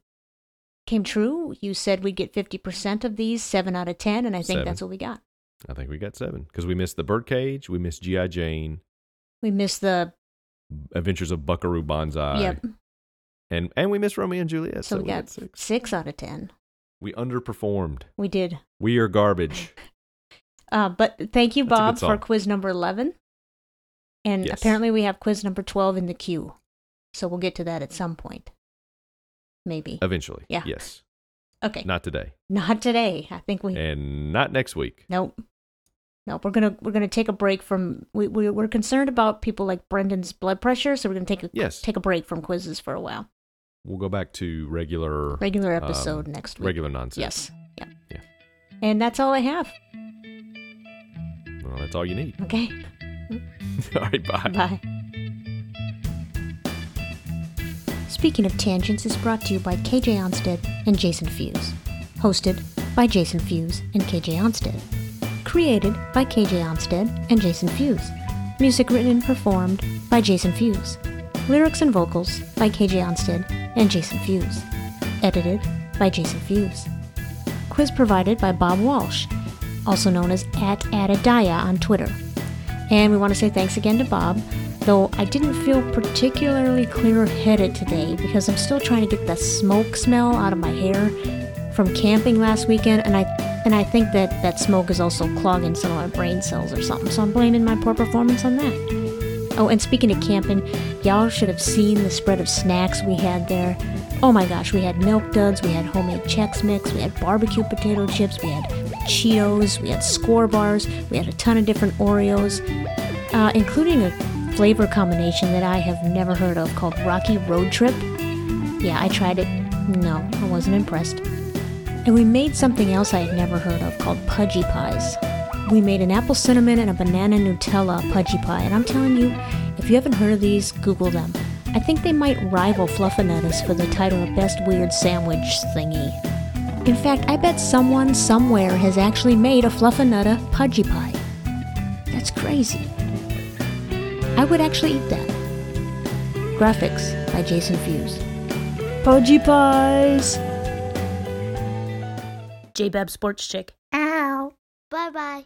came true. You said we'd get 50% of these, 7 out of 10, and I think Seven. that's what we got. I think we got seven because we missed the Birdcage, we missed GI Jane, We missed the Adventures of Buckaroo Banzai, yep. and and we missed Romeo and Juliet. So, we, got, six. 6 out of 10. We underperformed. We did. We are garbage. Uh, but thank you, That's a good Bob, for song. quiz number 11. And Yes. apparently we have quiz number 12 in the queue. So we'll get to that at some point. Maybe. Eventually, Yeah. yes, Okay. Uh, not today, Not today. I think we and not next week. Nope. Nope. We're gonna we're gonna take a break from we, we we're concerned about people like Brendan's blood pressure, so we're gonna take a Yes. take a break from quizzes for a while. We'll go back to regular Regular um, episode next week. Regular nonsense. Yes. Yeah. Yeah. And that's all I have. Well, that's all you need. Okay. all right, bye. Bye. Speaking of Tangents is brought to you by KJ Onsted and Jason Fuse. Hosted by Jason Fuse and KJ Onsted. Created by KJ Onsted and Jason Fuse. Music written and performed by Jason Fuse. Lyrics and vocals by KJ Onsted and Jason Fuse. Edited by Jason Fuse. Quiz provided by Bob Walsh, also known as at Adadiah on Twitter. And we want to say thanks again to Bob, though I didn't feel particularly clear headed today because I'm still trying to get the smoke smell out of my hair from camping last weekend, and I and I think that that smoke is also clogging some of my brain cells or something. So I'm blaming my poor performance on that. Oh, and speaking of camping, y'all should have seen the spread of snacks we had there. Oh my gosh, we had milk duds, we had homemade Chex Mix, we had barbecue potato chips, we had Cheetos, we had score bars, we had a ton of different Oreos uh, including a flavor combination that I have never heard of called Rocky Road Trip. Yeah, I tried it. No, I wasn't impressed. And we made something else I had never heard of called Pudgy Pies. We made an apple cinnamon and a banana Nutella Pudgy Pie, and I'm telling you, if you haven't heard of these, Google them. I think they might rival Fluffernutters for the title of Best Weird Sandwich Thingy. In fact, I bet someone somewhere has actually made a Fluffernutter Pudgy Pie. That's crazy. I would actually eat that. Graphics by Jason Fuse. Pudgy Pies! J Sports Chick. Ow. Bye bye.